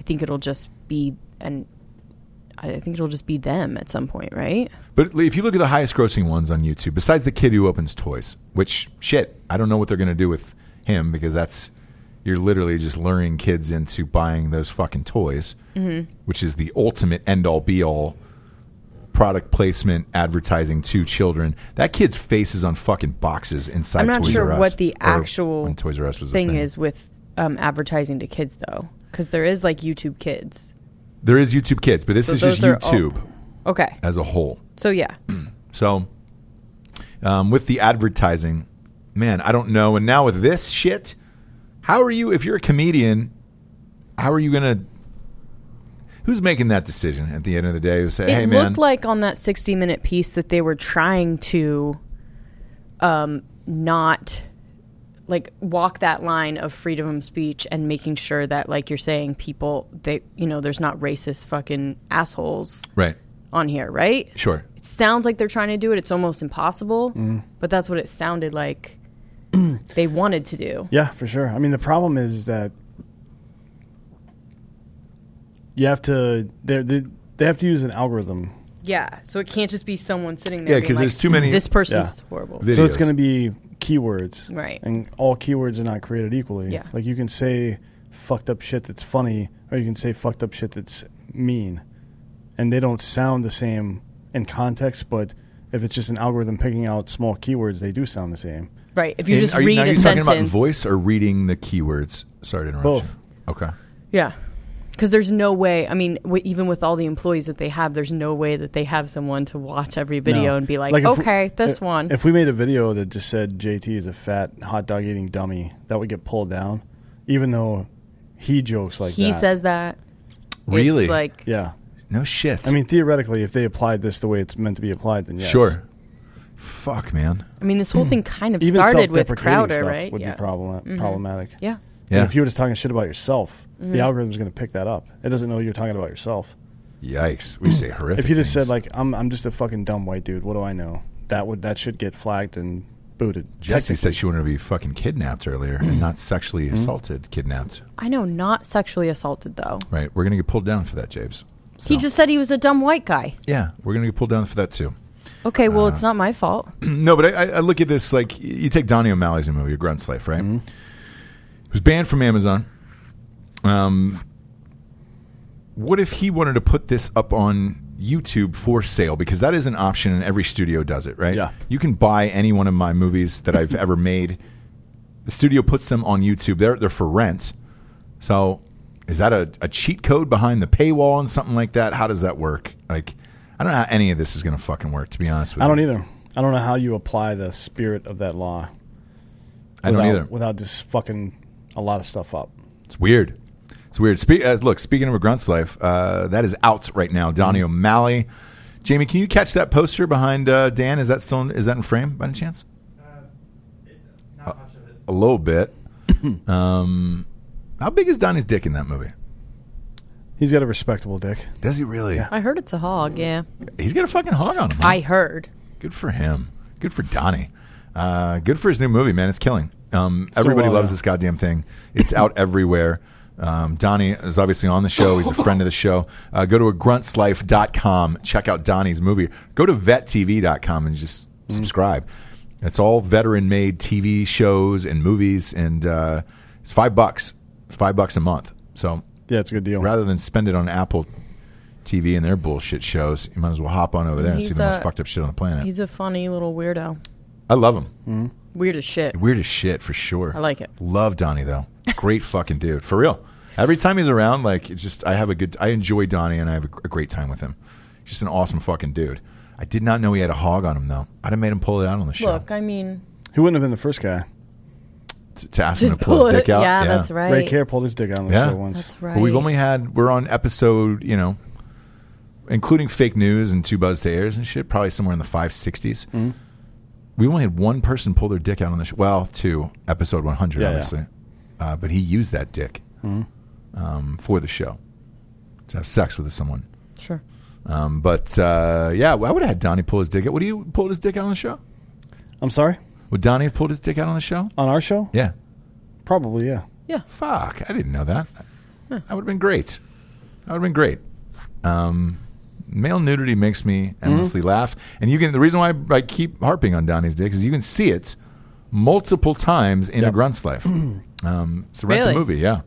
Speaker 3: I think it'll just be and I I think it'll just be them at some point, right?
Speaker 2: But if you look at the highest grossing ones on YouTube, besides the kid who opens toys, which shit, I don't know what they're going to do with him because that's you're literally just luring kids into buying those fucking toys,
Speaker 3: Mm-hmm.
Speaker 2: which is the ultimate end all be all product placement advertising to children. That kid's face is on fucking boxes inside.
Speaker 3: I'm not
Speaker 2: Toys
Speaker 3: sure
Speaker 2: R Us,
Speaker 3: what the
Speaker 2: or
Speaker 3: actual
Speaker 2: when Toys R Us was a
Speaker 3: thing,
Speaker 2: thing
Speaker 3: is with um, advertising to kids though, because there is like YouTube Kids.
Speaker 2: There is YouTube Kids, but this
Speaker 3: So
Speaker 2: is just
Speaker 3: those are all-
Speaker 2: YouTube
Speaker 3: Okay,
Speaker 2: as a whole.
Speaker 3: so yeah,
Speaker 2: So, um, with the advertising, man, I don't know. And now with this shit, how are you? If you're a comedian, how are you gonna? Who's making that decision at the end of the day? Who say,
Speaker 3: it
Speaker 2: "Hey,
Speaker 3: looked
Speaker 2: man,
Speaker 3: like on that 60 minute piece that they were trying to um, not like walk that line of freedom of speech and making sure that like you're saying people they you know there's not racist fucking assholes
Speaker 2: right,
Speaker 3: on here right
Speaker 2: sure,
Speaker 3: it sounds like they're trying to do it it's almost impossible
Speaker 2: Mm.
Speaker 3: but that's what it
Speaker 2: (clears throat)
Speaker 3: sounded like they wanted to do
Speaker 4: Yeah, for sure. I mean, the problem is, is that you have to they they they have to use an algorithm.
Speaker 3: yeah so it can't just be someone sitting
Speaker 2: Yeah,
Speaker 3: there being
Speaker 2: 'cause
Speaker 3: like,
Speaker 2: there's too many-
Speaker 3: this person's
Speaker 4: Yeah.
Speaker 3: horrible
Speaker 2: Vid-
Speaker 4: So it's
Speaker 2: Videos.
Speaker 4: going to be keywords,
Speaker 3: Right.
Speaker 4: And all keywords are not created equally.
Speaker 3: Yeah.
Speaker 4: Like you can say fucked up shit that's funny, or you can say fucked up shit that's mean, and they don't sound the same in context. But if it's just an algorithm picking out small keywords, they do sound the same.
Speaker 3: right if you
Speaker 2: And
Speaker 3: just
Speaker 2: are
Speaker 3: read
Speaker 2: now
Speaker 3: a
Speaker 2: you're talking
Speaker 3: sentence
Speaker 2: about voice or reading the keywords? Sorry to interrupt.
Speaker 4: Both.
Speaker 2: You. Okay.
Speaker 3: Yeah. Because there's no way. I mean, w- even with all the employees that they have, there's no way that they have someone to watch every video
Speaker 4: No.
Speaker 3: and be like,
Speaker 4: if we-
Speaker 3: okay, this
Speaker 4: if-
Speaker 3: one.
Speaker 4: If we made a video that just said JT is a fat hot dog eating dummy, that would get pulled down, even though he jokes like
Speaker 3: he
Speaker 4: that.
Speaker 3: says that.
Speaker 2: Really?
Speaker 3: It's like,
Speaker 4: yeah.
Speaker 2: No shit.
Speaker 4: I mean, theoretically, if they applied this the way it's meant to be applied, then yes.
Speaker 2: sure. Fuck, man.
Speaker 3: I mean, this whole thing kind of
Speaker 4: Even
Speaker 3: started with
Speaker 4: self-deprecating
Speaker 3: Crowder,
Speaker 4: stuff
Speaker 3: right?
Speaker 4: Would
Speaker 3: yeah. Mm-hmm.
Speaker 4: be problem- problematic.
Speaker 3: yeah. Mm-hmm.
Speaker 4: And
Speaker 2: Yeah.
Speaker 4: if you were just talking shit about yourself, the algorithm's going to pick that up. It doesn't know you're talking about yourself.
Speaker 2: Yikes. We
Speaker 4: (clears throat)
Speaker 2: say horrific.
Speaker 4: If you just
Speaker 2: things.
Speaker 4: said like, "I'm I'm just a fucking dumb white dude. What do I know?" That would that should get flagged and booted.
Speaker 2: Jesse
Speaker 4: Technically.
Speaker 2: said she wanted to be fucking kidnapped earlier and not sexually assaulted, kidnapped.
Speaker 3: I know, not sexually assaulted, though.
Speaker 2: Right. We're gonna get pulled down for that, James.
Speaker 3: He just said he was a dumb white guy.
Speaker 2: Yeah, we're gonna get pulled down for that too.
Speaker 3: Okay, well, it's not my fault.
Speaker 2: No, but I, I look at this like you take Donnie O'Malley's new movie, Grunt Life, right?
Speaker 4: Mm-hmm.
Speaker 2: It was banned from Amazon. Um, what if he wanted to put this up on YouTube for sale? Because that is an option, and every studio does it, right?
Speaker 4: Yeah.
Speaker 2: You can buy any one of my movies that
Speaker 4: (laughs)
Speaker 2: I've ever made. The studio puts them on YouTube. They're they're for rent. So, is that a, a cheat code behind the paywall and something like that? How does that work? Like, I don't know how any of this is going to fucking work. To be honest with
Speaker 4: I
Speaker 2: you,
Speaker 4: don't either. I don't know how you apply the spirit of that law.
Speaker 2: I don't
Speaker 4: e- without-
Speaker 2: either.
Speaker 4: Without just fucking a lot of stuff up.
Speaker 2: It's weird. It's weird. Spe- uh, look, speaking of a grunt's life, uh, that is out right now. Donnie O'Malley, Jamie, can you catch that poster behind uh, Dan? Is that still in, is that in frame by any chance?
Speaker 5: Uh, Not much of it.
Speaker 2: A little bit. um, how big is Donnie's dick in that movie?
Speaker 4: He's got a respectable dick.
Speaker 2: Does he really?
Speaker 3: I heard it's a hog. Yeah,
Speaker 2: He's got a fucking hog on him. huh?
Speaker 3: I heard.
Speaker 2: Good for him. Good for Donnie. Uh, good for his new movie, man. It's killing. Um, everybody
Speaker 4: uh,
Speaker 2: loves this goddamn thing. It's out everywhere. Um, Donnie is obviously on the show. He's a friend of the show. Uh, go to agruntslife.com. Check out Donnie's movie. Go to vettv.com and just subscribe. It's all veteran made TV shows and movies, and uh, it's five bucks. It's five bucks a month. So
Speaker 4: Yeah, it's a good deal.
Speaker 2: rather than spend it on Apple TV and their bullshit shows, you might as well hop on over there and see
Speaker 3: He's,
Speaker 2: the most
Speaker 3: uh,
Speaker 2: fucked up shit on the planet.
Speaker 3: He's a funny little weirdo.
Speaker 2: I love him.
Speaker 3: Weird as shit.
Speaker 2: Weird as shit for sure.
Speaker 3: I like it.
Speaker 2: Love Donnie though. Great fucking dude. For real. Every time he's around, like it's just I have a good I enjoy Donnie and I have a, a great time with him. Just an awesome fucking dude. I did not know he had a hog on him though. I'd have made him pull it out on the show
Speaker 3: Look, I mean,
Speaker 4: He wouldn't have been the first guy.
Speaker 2: to, to ask him
Speaker 3: (laughs)
Speaker 2: to pull his dick out.
Speaker 3: Yeah, that's right.
Speaker 4: Ray Care pulled his dick out on the
Speaker 2: Yeah.
Speaker 4: show once.
Speaker 3: That's right.
Speaker 2: But we've only had we're on episode, you know, including fake news and two buzz to airs and shit, probably somewhere in the five sixties.
Speaker 4: Mm-hmm.
Speaker 2: We only had one person pull their dick out on the show. Well, two episode one hundred,
Speaker 4: Yeah, yeah.
Speaker 2: obviously, Uh, but he used that dick
Speaker 4: Mm-hmm.
Speaker 2: um, for the show to have sex with someone.
Speaker 3: sure.
Speaker 2: Um, but uh, yeah, well, I would have had Donnie pull his dick out. Would you pulled his dick out on the show?
Speaker 4: I'm sorry?
Speaker 2: Would Donnie have pulled his dick out on the show?
Speaker 4: On our show?
Speaker 2: Yeah.
Speaker 4: Probably, yeah.
Speaker 2: Fuck, I didn't know that. That would have been great. That would have been great. Um, male nudity makes me endlessly
Speaker 3: Mm-hmm.
Speaker 2: laugh, and you can. The reason why I, I keep harping on Donnie's dick is you can see it multiple times in a grunt's
Speaker 3: (clears throat)
Speaker 2: life. um, so rent
Speaker 3: Really?
Speaker 2: the movie, yeah.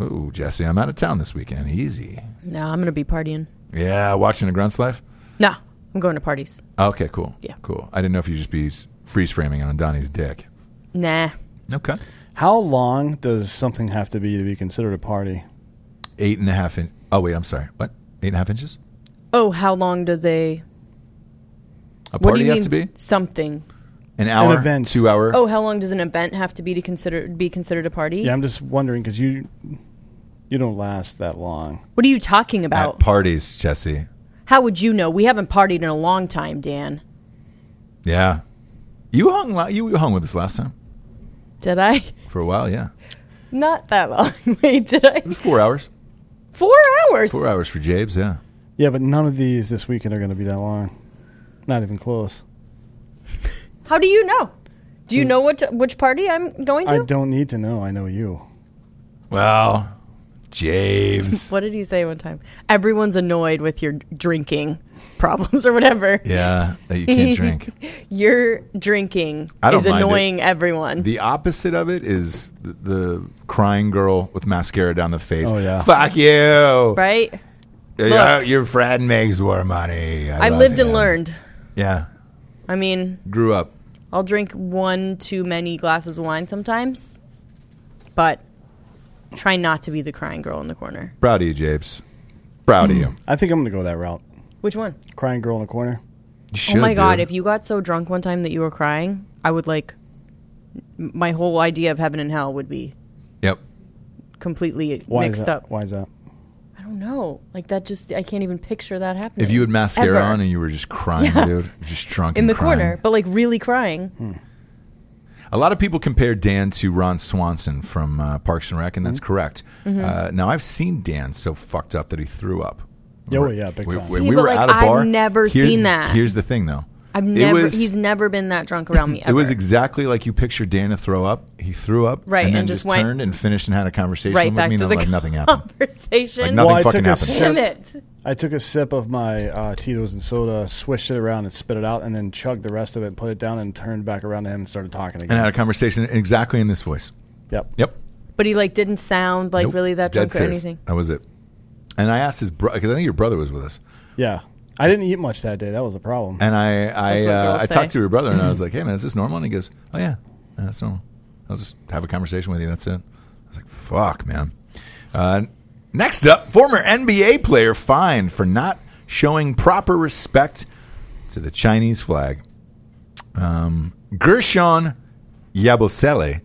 Speaker 2: Oh, Jesse, I'm out of town this weekend. Easy.
Speaker 3: No, I'm gonna be partying.
Speaker 2: Yeah, watching a grunt's life.
Speaker 3: No, I'm going to parties.
Speaker 2: Okay, cool.
Speaker 3: Yeah.
Speaker 2: cool. I didn't know if you just be s- freeze framing on Donnie's dick.
Speaker 3: Nah.
Speaker 2: Okay,
Speaker 4: How long does something have to be to be considered a party?
Speaker 2: eight and a half inch. Oh wait, I'm sorry. What? Eight and a half inches?
Speaker 3: Oh, how long does a
Speaker 2: A
Speaker 3: what do
Speaker 2: party
Speaker 3: you
Speaker 2: have
Speaker 3: mean
Speaker 2: to be?
Speaker 3: something?
Speaker 2: An hour,
Speaker 4: event.
Speaker 2: two hour.
Speaker 3: Oh, how long does an event have to be to consider be considered a party?
Speaker 4: Yeah, I'm just wondering because you you don't last that long.
Speaker 3: What are you talking
Speaker 2: at
Speaker 3: about?
Speaker 2: parties, Jesse.
Speaker 3: how would you know? We haven't partied in a long time, Dan.
Speaker 2: Yeah, you hung la- you hung with us last time
Speaker 3: Did I? (laughs)
Speaker 2: for a while. Yeah,
Speaker 3: Not that long. (laughs) Wait,
Speaker 2: (laughs)
Speaker 3: did I?
Speaker 2: it was four hours.
Speaker 3: Four hours.
Speaker 2: Four hours for Jabes. Yeah,
Speaker 4: Yeah, but none of these this weekend are going to be that long. Not even close.
Speaker 3: How do you know? Do you know what which party I'm going to?
Speaker 4: I don't need to know. I know you.
Speaker 2: well,
Speaker 3: (laughs)
Speaker 2: Jabes.
Speaker 3: What did he say one time? Everyone's annoyed with your drinking problems or whatever.
Speaker 2: yeah, that you can't drink.
Speaker 3: (laughs) Your drinking
Speaker 2: I don't
Speaker 3: is
Speaker 2: mind it.
Speaker 3: annoying everyone.
Speaker 2: The opposite of it is the, the crying girl with mascara down the face.
Speaker 4: Oh, yeah.
Speaker 2: fuck you.
Speaker 3: right?
Speaker 2: Uh,
Speaker 3: Look.
Speaker 2: Your friend makes more money.
Speaker 3: I
Speaker 2: love
Speaker 3: lived and
Speaker 2: him.
Speaker 3: learned.
Speaker 2: Yeah,
Speaker 3: I mean,
Speaker 2: grew up.
Speaker 3: I'll drink one too many glasses of wine sometimes, but try not to be the crying girl in the corner.
Speaker 2: Proud of you, Jabes. Proud of you.
Speaker 4: I think I'm going to go that route.
Speaker 3: Which one?
Speaker 4: Crying girl in the corner.
Speaker 2: You should,
Speaker 3: oh my god,
Speaker 2: dude.
Speaker 3: if you got so drunk one time that you were crying, I would like m- my whole idea of heaven and hell would be
Speaker 2: yep.
Speaker 3: completely
Speaker 4: Why is
Speaker 3: mixed
Speaker 4: that?
Speaker 3: up.
Speaker 4: Why is that?
Speaker 3: I don't know. Like that just I can't even picture that happening.
Speaker 2: If you had mascara
Speaker 3: Ever.
Speaker 2: on and you were just crying,
Speaker 3: Yeah.
Speaker 2: dude, just drunk
Speaker 3: (laughs) in
Speaker 2: and
Speaker 3: the
Speaker 2: crying.
Speaker 3: corner, but like really crying.
Speaker 2: A lot of people compare Dan to Ron Swanson from uh, Parks and Rec, and
Speaker 3: Mm-hmm.
Speaker 2: that's correct. Uh, now I've seen Dan so fucked up that he threw up.
Speaker 4: Yeah, well, yeah, big
Speaker 2: we,
Speaker 4: time.
Speaker 2: we-
Speaker 3: See,
Speaker 2: we
Speaker 3: but,
Speaker 2: were
Speaker 3: like,
Speaker 2: at a
Speaker 3: I've
Speaker 2: bar.
Speaker 3: never seen that.
Speaker 2: Here's the thing, though.
Speaker 3: I've
Speaker 2: It
Speaker 3: never
Speaker 2: was-
Speaker 3: he's never been that drunk around me
Speaker 2: (laughs)
Speaker 3: ever.
Speaker 2: It was exactly like you picture Dan to throw up. He threw up,
Speaker 3: Right,
Speaker 2: and then
Speaker 3: and
Speaker 2: just,
Speaker 3: just went
Speaker 2: turned and finished and had a conversation
Speaker 3: right
Speaker 2: with
Speaker 3: back
Speaker 2: me,
Speaker 3: to
Speaker 2: and
Speaker 3: the
Speaker 2: like
Speaker 3: (laughs)
Speaker 2: nothing happened. Like
Speaker 3: conversation.
Speaker 2: nothing
Speaker 4: Well, I
Speaker 2: fucking
Speaker 4: took a
Speaker 2: happened.
Speaker 4: sip.
Speaker 3: (laughs) Damn it.
Speaker 4: I took a sip of my uh, Tito's and soda, swished it around and spit it out, and then chugged the rest of it, put it down, and turned back around to him and started talking
Speaker 2: And
Speaker 4: again.
Speaker 2: had a conversation exactly in this voice.
Speaker 4: Yep.
Speaker 2: Yep.
Speaker 3: But he like didn't sound like
Speaker 2: Nope.
Speaker 3: really that
Speaker 2: Dead
Speaker 3: drunk or
Speaker 2: serious.
Speaker 3: anything.
Speaker 2: That was it. And I asked his brother because I think your brother was with us.
Speaker 4: Yeah. I didn't eat much that day. That was a problem.
Speaker 2: And I I,
Speaker 3: That's what
Speaker 2: uh,
Speaker 3: girls
Speaker 2: I
Speaker 3: say.
Speaker 2: talked to your brother and
Speaker 3: (clears throat)
Speaker 2: I was like, hey man, is this normal? And he goes, oh yeah, yeah, that's normal. I'll just have a conversation with you. That's it. I was like, fuck, man. Uh, next up, former NBA player fined for not showing proper respect to the Chinese flag. Um, Gershon Yabusele.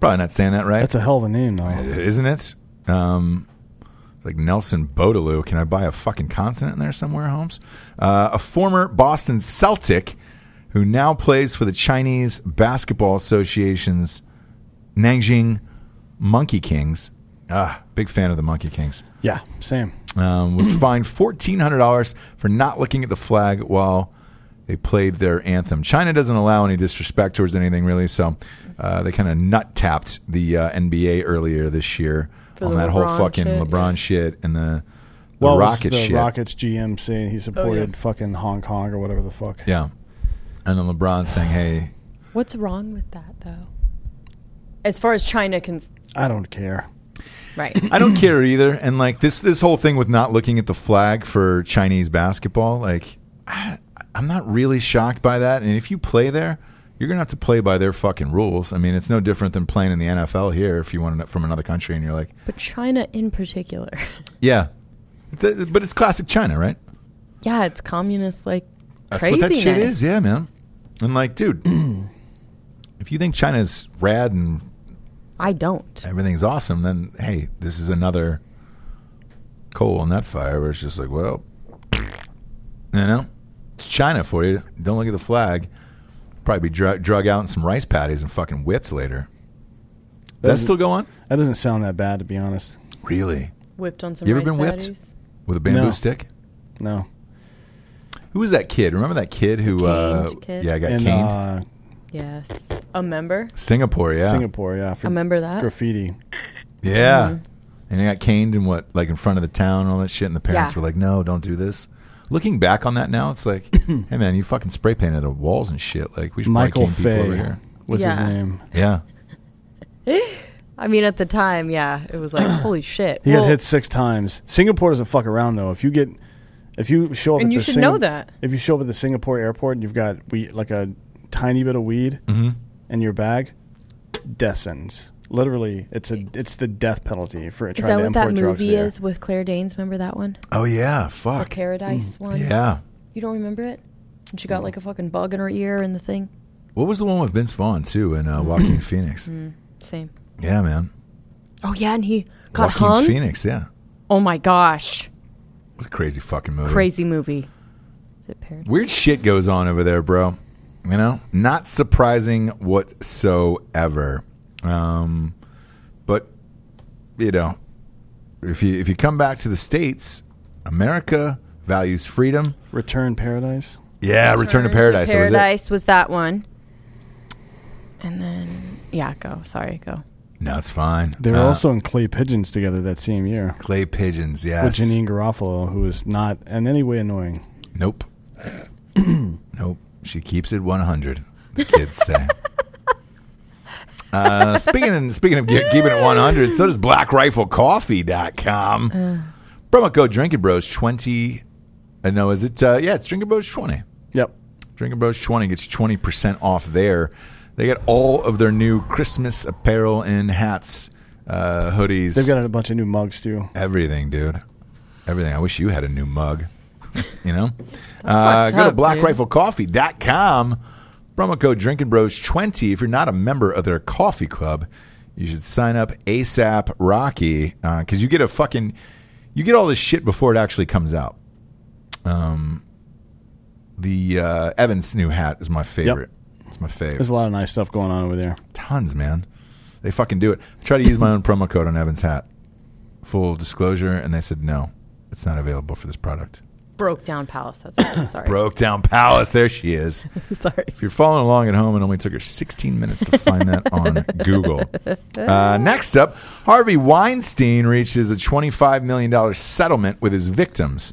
Speaker 2: Probably not saying that right
Speaker 4: That's a hell of a name, though.
Speaker 2: isn't it? Um, like Nelson Bodaloo. Can I buy a fucking consonant in there somewhere, Holmes? Uh, a former Boston Celtic who now plays for the Chinese Basketball Association's Nanjing Monkey Kings Ah, big fan of the Monkey Kings.
Speaker 4: Yeah, same.
Speaker 2: um,
Speaker 3: (clears throat)
Speaker 2: was fined fourteen hundred dollars for not looking at the flag while they played their anthem. China doesn't allow any disrespect towards anything really, so uh, they kind of nut tapped the uh, NBA earlier this year
Speaker 3: For
Speaker 2: on
Speaker 3: the
Speaker 2: that whole
Speaker 3: LeBron
Speaker 2: fucking
Speaker 3: shit,
Speaker 2: LeBron shit and the, the
Speaker 4: Well, it was
Speaker 2: Rocket
Speaker 4: the
Speaker 2: shit.
Speaker 4: Rockets GM
Speaker 3: Oh,
Speaker 4: saying he supported fucking Hong Kong or whatever the fuck.
Speaker 2: Yeah, and then LeBron saying, "Hey,
Speaker 3: What's wrong with that though? As far as China can,
Speaker 4: I don't care.
Speaker 2: (coughs)
Speaker 3: right?
Speaker 2: I don't care either." And like this this whole thing with not looking at the flag for Chinese basketball, like I, I'm not really shocked by that. And if you play there, you're gonna have to play by their fucking rules. I mean, it's no different than playing in the NFL here if you want to, from another country and you're like,
Speaker 3: but China in particular, (laughs)
Speaker 2: yeah, Th- but it's classic China, right?
Speaker 3: yeah, it's communist like
Speaker 2: That's
Speaker 3: crazy.
Speaker 2: what that shit is, yeah, man. And like, dude, (clears throat) if you think China's rad and
Speaker 3: I don't.
Speaker 2: everything's awesome, then hey, this is another coal in that fire where it's just like, well, you know, it's China for you. Don't look at the flag. Probably be dr- drug out in some rice patties and fucking whipped later. That
Speaker 4: That's-
Speaker 2: still go on?
Speaker 4: That doesn't sound that bad, to be honest.
Speaker 2: Really?
Speaker 3: Whipped on some.
Speaker 2: You ever
Speaker 3: rice
Speaker 2: been whipped?
Speaker 3: patties.
Speaker 2: With a bamboo
Speaker 4: No.
Speaker 2: stick?
Speaker 4: No.
Speaker 2: Who was that kid? Remember that kid who? uh,
Speaker 3: Caned kid.
Speaker 2: Yeah, I got
Speaker 4: In
Speaker 2: caned.
Speaker 4: uh,
Speaker 3: Yes, a member.
Speaker 2: Singapore, yeah,
Speaker 4: Singapore, yeah.
Speaker 3: I
Speaker 4: For
Speaker 3: remember that.
Speaker 4: graffiti.
Speaker 2: yeah.
Speaker 3: Mm-hmm.
Speaker 2: And he got caned and what, like in front of the town and all that shit. And the parents
Speaker 3: Yeah.
Speaker 2: were like, "No, don't do this." Looking back on that now, it's
Speaker 3: (coughs)
Speaker 2: like, "Hey, man, you fucking spray painted the walls and shit. Like, we should
Speaker 4: Michael
Speaker 2: probably cane people over
Speaker 4: Fay
Speaker 2: here."
Speaker 4: was his
Speaker 3: Yeah.
Speaker 4: name.
Speaker 2: Yeah,
Speaker 3: I mean, at the time, yeah, it was like holy shit.
Speaker 4: He
Speaker 3: Well,
Speaker 4: got hit six times. Singapore doesn't fuck around though. If you get, if you show up,
Speaker 3: And
Speaker 4: at
Speaker 3: you
Speaker 4: the
Speaker 3: should
Speaker 4: Sing-
Speaker 3: know that.
Speaker 4: If you show up at the Singapore airport and you've got we like a tiny bit of weed in your bag, death sentence. Literally, it's a it's the death penalty for
Speaker 3: Is
Speaker 4: trying
Speaker 3: that
Speaker 4: to
Speaker 3: what that
Speaker 4: import drugs
Speaker 3: movie
Speaker 4: there.
Speaker 3: is with Claire Danes? Remember that one?
Speaker 2: Oh yeah,
Speaker 3: The
Speaker 2: fuck.
Speaker 3: Paradise one.
Speaker 2: Yeah.
Speaker 3: You don't remember it? And she got like a fucking bug in her ear and the thing.
Speaker 2: What was the one with Vince Vaughn too in uh,
Speaker 3: (coughs)
Speaker 2: Walking Phoenix?
Speaker 3: Mm. Same.
Speaker 2: Yeah, man.
Speaker 3: Oh yeah, and he got
Speaker 2: Joaquin
Speaker 3: hung.
Speaker 2: Phoenix, yeah.
Speaker 3: Oh my gosh,
Speaker 2: It was a crazy fucking movie.
Speaker 3: crazy movie. Is it Paradise?
Speaker 2: Weird shit goes on over there, bro. You know, not surprising whatsoever. Um, but you know, if you if you come back to the states, America values freedom.
Speaker 4: Return Paradise.
Speaker 2: Yeah, Return, to Paradise. that was it.
Speaker 3: Paradise was that one. And then yeah, go. Sorry, go.
Speaker 2: No, it's fine.
Speaker 4: They were
Speaker 2: Uh,
Speaker 4: also in Clay Pigeons together that same year
Speaker 2: clay pigeons.
Speaker 4: with
Speaker 2: Yes.
Speaker 4: Janine Garofalo, who is not in any way annoying. (clears throat)
Speaker 2: Nope. nope. She keeps it 100. The kids say. Uh, speaking of, speaking of ge- keeping it 100, so does blackriflecoffee.com.
Speaker 4: Uh.
Speaker 2: Promo code Drinking Bros 20. I know, is it? Uh, yeah, it's Drinking Bros 20.
Speaker 4: Yep.
Speaker 2: Drinking Bros 20 gets 20% off there. They got all of their new Christmas apparel and hats, uh, hoodies
Speaker 4: They've got a bunch of new mugs too.
Speaker 2: everything, dude. Everything. I wish you had a new mug. you know? Uh, go to
Speaker 3: fucked up, dude.
Speaker 2: blackriflecoffee.com. Promo code Drinking Bros 20. If you're not a member of their coffee club, you should sign up ASAP Rocky because you get a fucking. You get all this shit before it actually comes out. Um, the uh, Evans new hat is my favorite. It's my favorite
Speaker 4: There's a lot of nice stuff going on over there.
Speaker 2: tons, man. They fucking do it. I tried to use my own promo code on Evan's hat. Full disclosure, and they said no, it's not available for this product.
Speaker 3: Broke down palace. That's what it was. sorry.
Speaker 2: Broke down palace. There she is.
Speaker 3: (laughs) sorry.
Speaker 2: If you're following along at home, it only took her 16 minutes to find that on Google. Uh, next up, Harvey Weinstein reaches a $25 million settlement with his victims.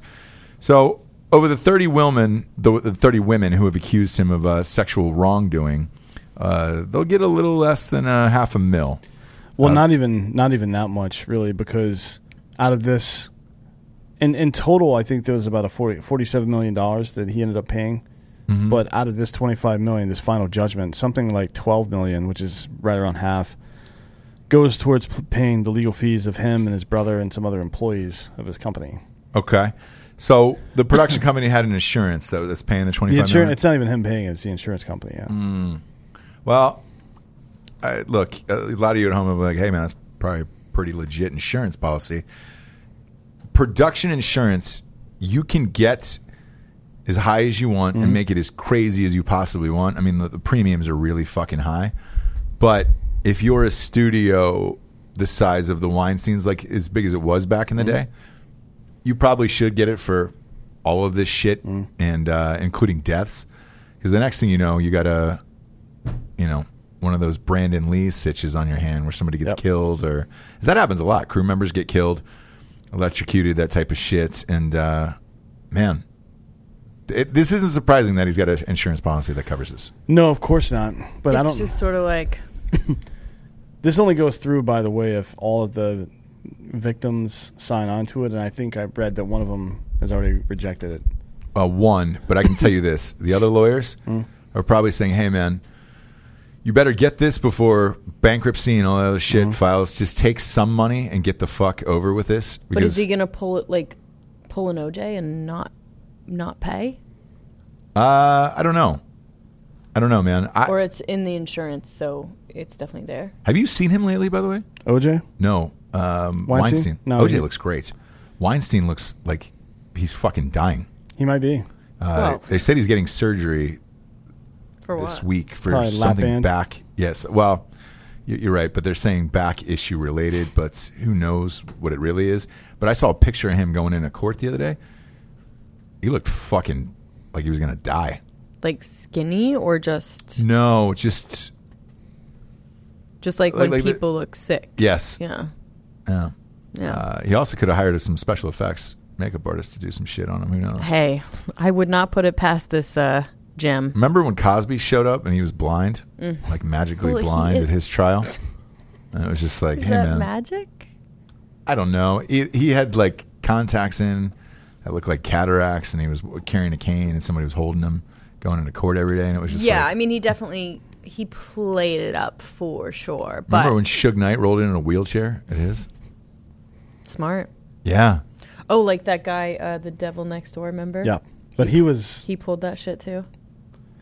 Speaker 2: So, over the 30 women, the, the 30 women who have accused him of uh, sexual wrongdoing, uh, they'll get a little less than uh, half a mil.
Speaker 4: Well, not even not even that much really, because out of this, in in total, I think there was about a 40, 47 million dollars that he ended up paying. But out of this twenty five million, this final judgment, something like twelve million, which is right around half, goes towards p- paying the legal fees of him and his brother and some other employees of his company.
Speaker 2: Okay. So the production company had an insurance that that's paying the twenty
Speaker 4: The
Speaker 2: five
Speaker 4: insurance,
Speaker 2: million.
Speaker 4: it's not even him paying; it, it's the insurance company. Yeah,
Speaker 2: Well, I, look, a lot of you at home are like, "Hey, man, that's probably a pretty legit insurance policy." Production insurance, you can get as high as you want and make it as crazy as you possibly want. I mean, the, the premiums are really fucking high, but if you're a studio the size of the Weinstein's, like as big as it was back in the day, you probably should get it for all of this shit and uh, including deaths. Because the next thing you know, you got a, you know, one of those Brandon Lee stitches on your hand where somebody gets
Speaker 4: Yep.
Speaker 2: killed or 'cause that happens a lot. Crew members get killed, electrocuted, that type of shit. And uh, man, it, this isn't surprising that he's got an insurance policy that covers this.
Speaker 4: No, of course not. But
Speaker 3: it's
Speaker 4: I don't.
Speaker 3: just sort of like
Speaker 4: This only goes through, by the way, if all of the victims sign on to it, and I think I read that one of them has already rejected it.
Speaker 2: uh, one, but I can tell you this: the other lawyers are probably saying, "Hey, man, you better get this before bankruptcy and all that other shit files. Just take some money and get the fuck over with this."
Speaker 3: but is he gonna pull it like pull an OJ and not not pay?
Speaker 2: uh, I don't know. I don't know, man.
Speaker 3: Or
Speaker 2: I,
Speaker 3: it's in the insurance, so it's definitely there.
Speaker 2: have you seen him lately, by the way?
Speaker 4: OJ?
Speaker 2: No, um,
Speaker 4: Weinstein?
Speaker 2: Weinstein.
Speaker 4: No,
Speaker 2: OJ
Speaker 4: he-
Speaker 2: looks great. Weinstein looks like he's fucking dying.
Speaker 4: He might be.
Speaker 2: Uh,
Speaker 3: Well-
Speaker 2: they said he's getting surgery
Speaker 3: For what?
Speaker 2: this week for
Speaker 4: Probably lap
Speaker 2: something
Speaker 4: band.
Speaker 2: back. Yes, well, y- you're right, but they're saying back issue related, but who knows what it really is. But I saw a picture of him going into court the other day. He looked fucking like he was gonna die.
Speaker 3: Like skinny or just
Speaker 2: No, just
Speaker 3: just like,
Speaker 2: Like-
Speaker 3: when
Speaker 2: like the-
Speaker 3: people look sick?
Speaker 2: yes.
Speaker 3: Yeah.
Speaker 2: Yeah.
Speaker 3: Yeah.
Speaker 2: Uh, he also could have hired some special effects makeup artist to do some shit on him. Who knows?
Speaker 3: hey, I would not put it past this uh gem.
Speaker 2: Remember when Cosby showed up and he was blind, like magically
Speaker 3: Mm. Well, he
Speaker 2: blind
Speaker 3: is-
Speaker 2: at his
Speaker 3: (laughs)
Speaker 2: trial? And it was just like,
Speaker 3: Is
Speaker 2: hey
Speaker 3: that
Speaker 2: man,
Speaker 3: magic?
Speaker 2: I don't know. He, he had like contacts in that looked like cataracts, and he was carrying a cane, and somebody was holding him, going into court every day, and it was just
Speaker 3: Yeah,
Speaker 2: Like,
Speaker 3: I mean, he definitely he played it up for sure, but
Speaker 2: remember when Suge Knight rolled in in a wheelchair? It is.
Speaker 3: smart.
Speaker 2: Yeah,
Speaker 3: Oh, like that guy, uh, the devil next door. Remember?
Speaker 4: Yeah. But he was
Speaker 3: he pulled that shit too.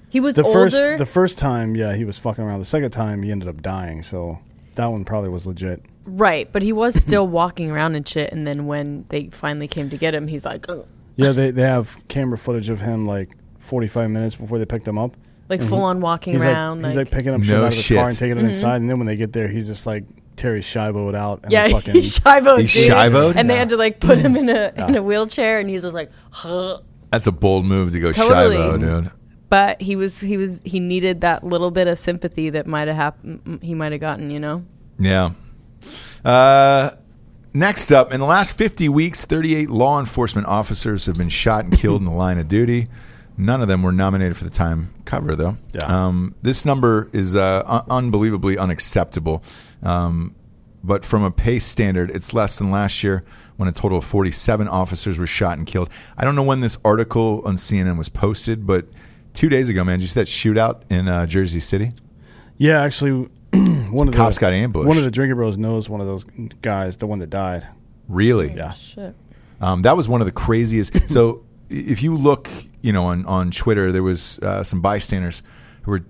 Speaker 3: He was
Speaker 4: the
Speaker 3: older.
Speaker 4: first the first time, yeah, he was fucking around. The second time he ended up dying, so that one probably was legit.
Speaker 3: right, but he
Speaker 4: (clears throat)
Speaker 3: was still walking around and shit. And then when they finally came to get him, he's like, "Ugh."
Speaker 4: Yeah, they they have camera footage of him like forty five minutes before they picked him up.
Speaker 3: like full on walking
Speaker 4: Mm-hmm. He's like,
Speaker 3: around.
Speaker 4: he's
Speaker 3: like, Mm-hmm.
Speaker 4: like picking up shit
Speaker 2: No
Speaker 4: out of the
Speaker 2: shit.
Speaker 4: car and taking it inside, and then when they get there, he's just like Terry Schiavoed out. And
Speaker 3: yeah, (laughs)
Speaker 4: fucking,
Speaker 3: he shivoed.
Speaker 2: He
Speaker 3: dude.
Speaker 2: shivoed?
Speaker 3: and they
Speaker 2: Yeah.
Speaker 3: had to like put him in
Speaker 4: (laughs)
Speaker 3: a in a wheelchair, and he's just like, huh.
Speaker 2: that's a bold move to go
Speaker 3: Totally.
Speaker 2: Shivo, dude.
Speaker 3: but he was he was he needed that little bit of sympathy that might have happened. He might have gotten, you know.
Speaker 2: Yeah. Uh, next up, in the last 50 weeks, 38 law enforcement officers have been shot and killed in the line of duty. None of them were nominated for the Time cover, though.
Speaker 4: Yeah.
Speaker 2: Um, this number is uh, un- unbelievably unacceptable. Um, but from a pace standard, it's less than last year when a total of 47 officers were shot and killed. I don't know when this article on CNN was posted, but two days ago, man, did you see that shootout in uh, Jersey City?
Speaker 4: Yeah, actually, (clears throat) one of the
Speaker 2: Cops got ambushed.
Speaker 4: One of the drinker bros knows one of those guys, the one that died.
Speaker 2: Really?
Speaker 4: Yeah.
Speaker 3: Shit.
Speaker 2: Um, that was one of the craziest. so i- if you look, you know, on on Twitter, there was uh, some bystanders who were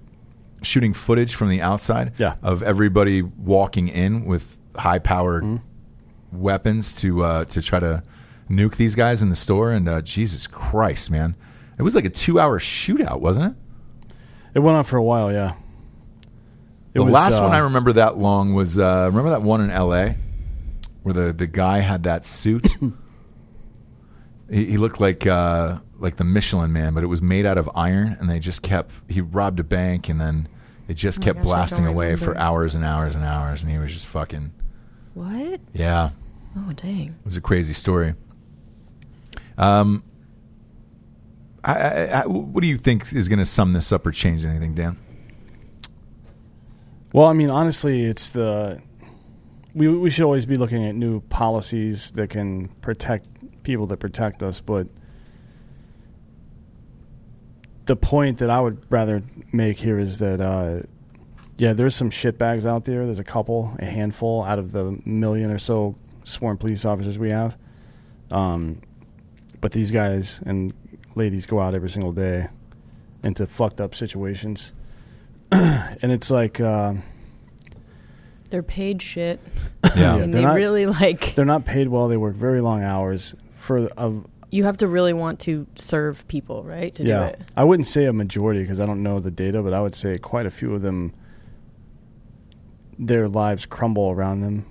Speaker 2: shooting footage from the outside
Speaker 4: Yeah.
Speaker 2: of everybody walking in with high powered weapons to uh, to try to nuke these guys in the store. And uh, Jesus Christ, man, it was like a two hour shootout, wasn't it?
Speaker 4: It went on for a while. Yeah. It
Speaker 2: the
Speaker 4: was,
Speaker 2: last one
Speaker 4: uh,
Speaker 2: I remember that long was uh, remember that one in L.A. where the, the guy had that
Speaker 4: (laughs)
Speaker 2: suit. he, he looked like uh, like the Michelin Man, but it was made out of iron, and they just kept he robbed a bank, and then it just kept
Speaker 3: Oh gosh, I
Speaker 2: blasting
Speaker 3: don't
Speaker 2: away for
Speaker 3: remember.
Speaker 2: hours and hours and hours, and he was just fucking
Speaker 3: What?
Speaker 2: yeah.
Speaker 3: Oh dang.
Speaker 2: It was a crazy story. Um, I, I, I, what do you think is going to sum this up or change anything,
Speaker 4: (laughs)
Speaker 2: Dan?
Speaker 4: Well, I mean, honestly, it's the we we should always be looking at new policies that can protect people that protect us, but the point that I would rather make here is that uh, yeah, there's some shitbags out there. There's a couple, a handful out of the million or so sworn police officers we have. Um, but these guys and ladies go out every single day into fucked up situations. (clears throat) and it's like uh,
Speaker 3: They're paid shit.
Speaker 4: Yeah,
Speaker 3: and
Speaker 4: they're
Speaker 3: they
Speaker 4: not-
Speaker 3: really like
Speaker 4: they're not paid well. They work very long hours for a
Speaker 3: you have to really want to serve people, right? To
Speaker 4: yeah.
Speaker 3: do it.
Speaker 4: I wouldn't say a majority because I don't know the data, but I would say quite a few of them. Their lives crumble around them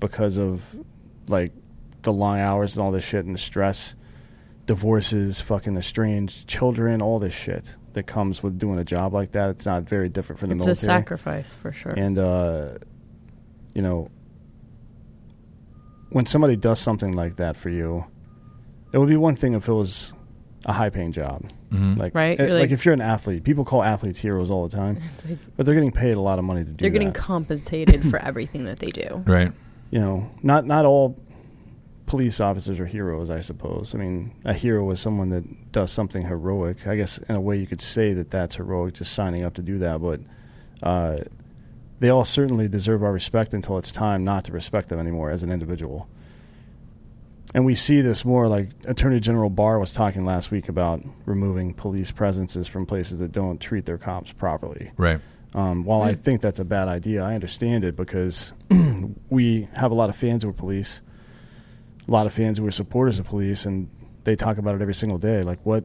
Speaker 4: because of like the long hours and all this shit and the stress, divorces, fucking estranged children, all this shit that comes with doing a job like that. It's not very different from the
Speaker 3: It's
Speaker 4: military
Speaker 3: a sacrifice for sure.
Speaker 4: and uh, you know when somebody does something like that for you it would be one thing if it was a high paying job
Speaker 2: Mm-hmm.
Speaker 4: like
Speaker 3: Mm-hmm. Right,
Speaker 4: eh,
Speaker 3: you're
Speaker 4: like,
Speaker 3: like-
Speaker 4: if you're an athlete people call athletes heroes all the time
Speaker 3: It's like
Speaker 4: but they're getting paid a lot of money to do
Speaker 3: they're getting
Speaker 4: that.
Speaker 3: compensated for everything that they do.
Speaker 2: Right.
Speaker 4: you know not not all police officers are heroes i suppose i mean a hero is someone that does something heroic i guess in a way you could say that that's heroic just signing up to do that but uh, they all certainly deserve our respect until it's time not to respect them anymore as an individual and we see this more like attorney general barr was talking last week about removing police presences from places that don't treat their cops properly
Speaker 2: Right.
Speaker 4: um, while I think that's a bad idea, I understand it because (clears throat) we have a lot of fans who are police, a lot of fans who are supporters of police, and they talk about it every single day. Like what,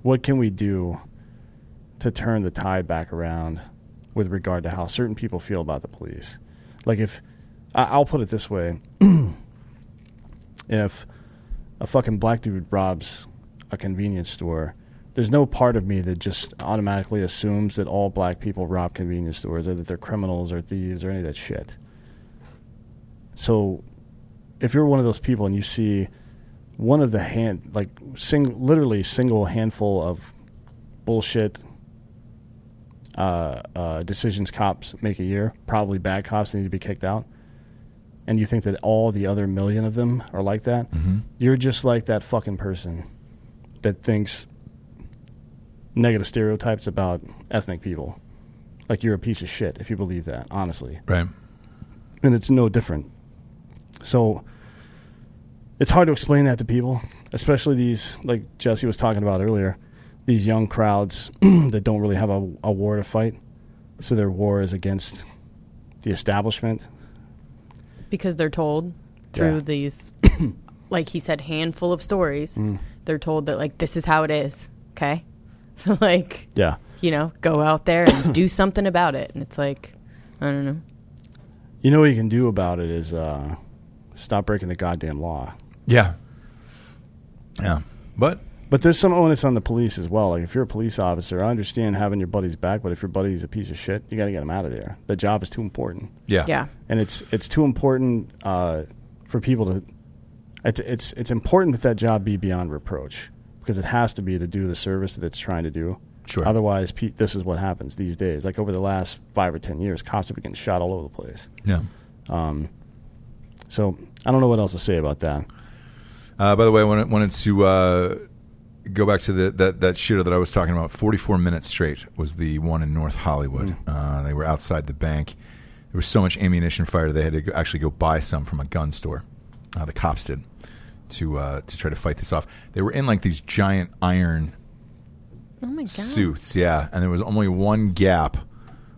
Speaker 4: what can we do to turn the tide back around with regard to how certain people feel about the police? Like if I, I'll put it this way, (clears throat) if a fucking black dude robs a convenience store, there's no part of me that just automatically assumes that all black people rob convenience stores or that they're criminals or thieves or any of that shit. So if you're one of those people and you see one of the hand like sing literally single handful of bullshit uh, uh, decisions cops make a year, probably bad cops that need to be kicked out, and you think that all the other million of them are like that, you're just like that fucking person that thinks negative stereotypes about ethnic people. Like you're a piece of shit if you believe that, honestly.
Speaker 2: Right.
Speaker 4: And it's no different. So it's hard to explain that to people, especially these, like Jesse was talking about earlier, these young crowds (clears throat) that don't really have a, a war to fight. So their war is against the establishment.
Speaker 3: because they're told through
Speaker 4: Yeah.
Speaker 3: these (coughs) like he said handful of stories they're told that like this is how it is okay (laughs) so like
Speaker 4: Yeah.
Speaker 3: you know go out there and do something about it and it's like i don't know
Speaker 4: You know what you can do about it is uh, stop breaking the goddamn law.
Speaker 2: Yeah. Yeah. But
Speaker 4: But there's some onus on the police as well. Like if you're a police officer, I understand having your buddy's back, but if your buddy's a piece of shit, you got to get him out of there. The job is too important,
Speaker 2: yeah.
Speaker 3: yeah
Speaker 4: and it's it's too important uh, for people to. It's it's it's important that that job be beyond reproach because it has to be to do the service that it's trying to do.
Speaker 2: Sure.
Speaker 4: Otherwise, pe- this is what happens these days. Like over the last five or ten years, cops have been getting shot all over the place.
Speaker 2: Yeah.
Speaker 4: So I don't know what else to say about that.
Speaker 2: Uh, by the way, I wanted, wanted to uh, go back to the, that that shooter that I was talking about. Forty-four minutes straight was the one in North Hollywood. Uh, they were outside the bank. There was so much ammunition fired they had to go, actually go buy some from a gun store. Uh, the cops did to uh, to try to fight this off. They were in like these giant iron
Speaker 3: oh my god
Speaker 2: suits, yeah, and there was only one gap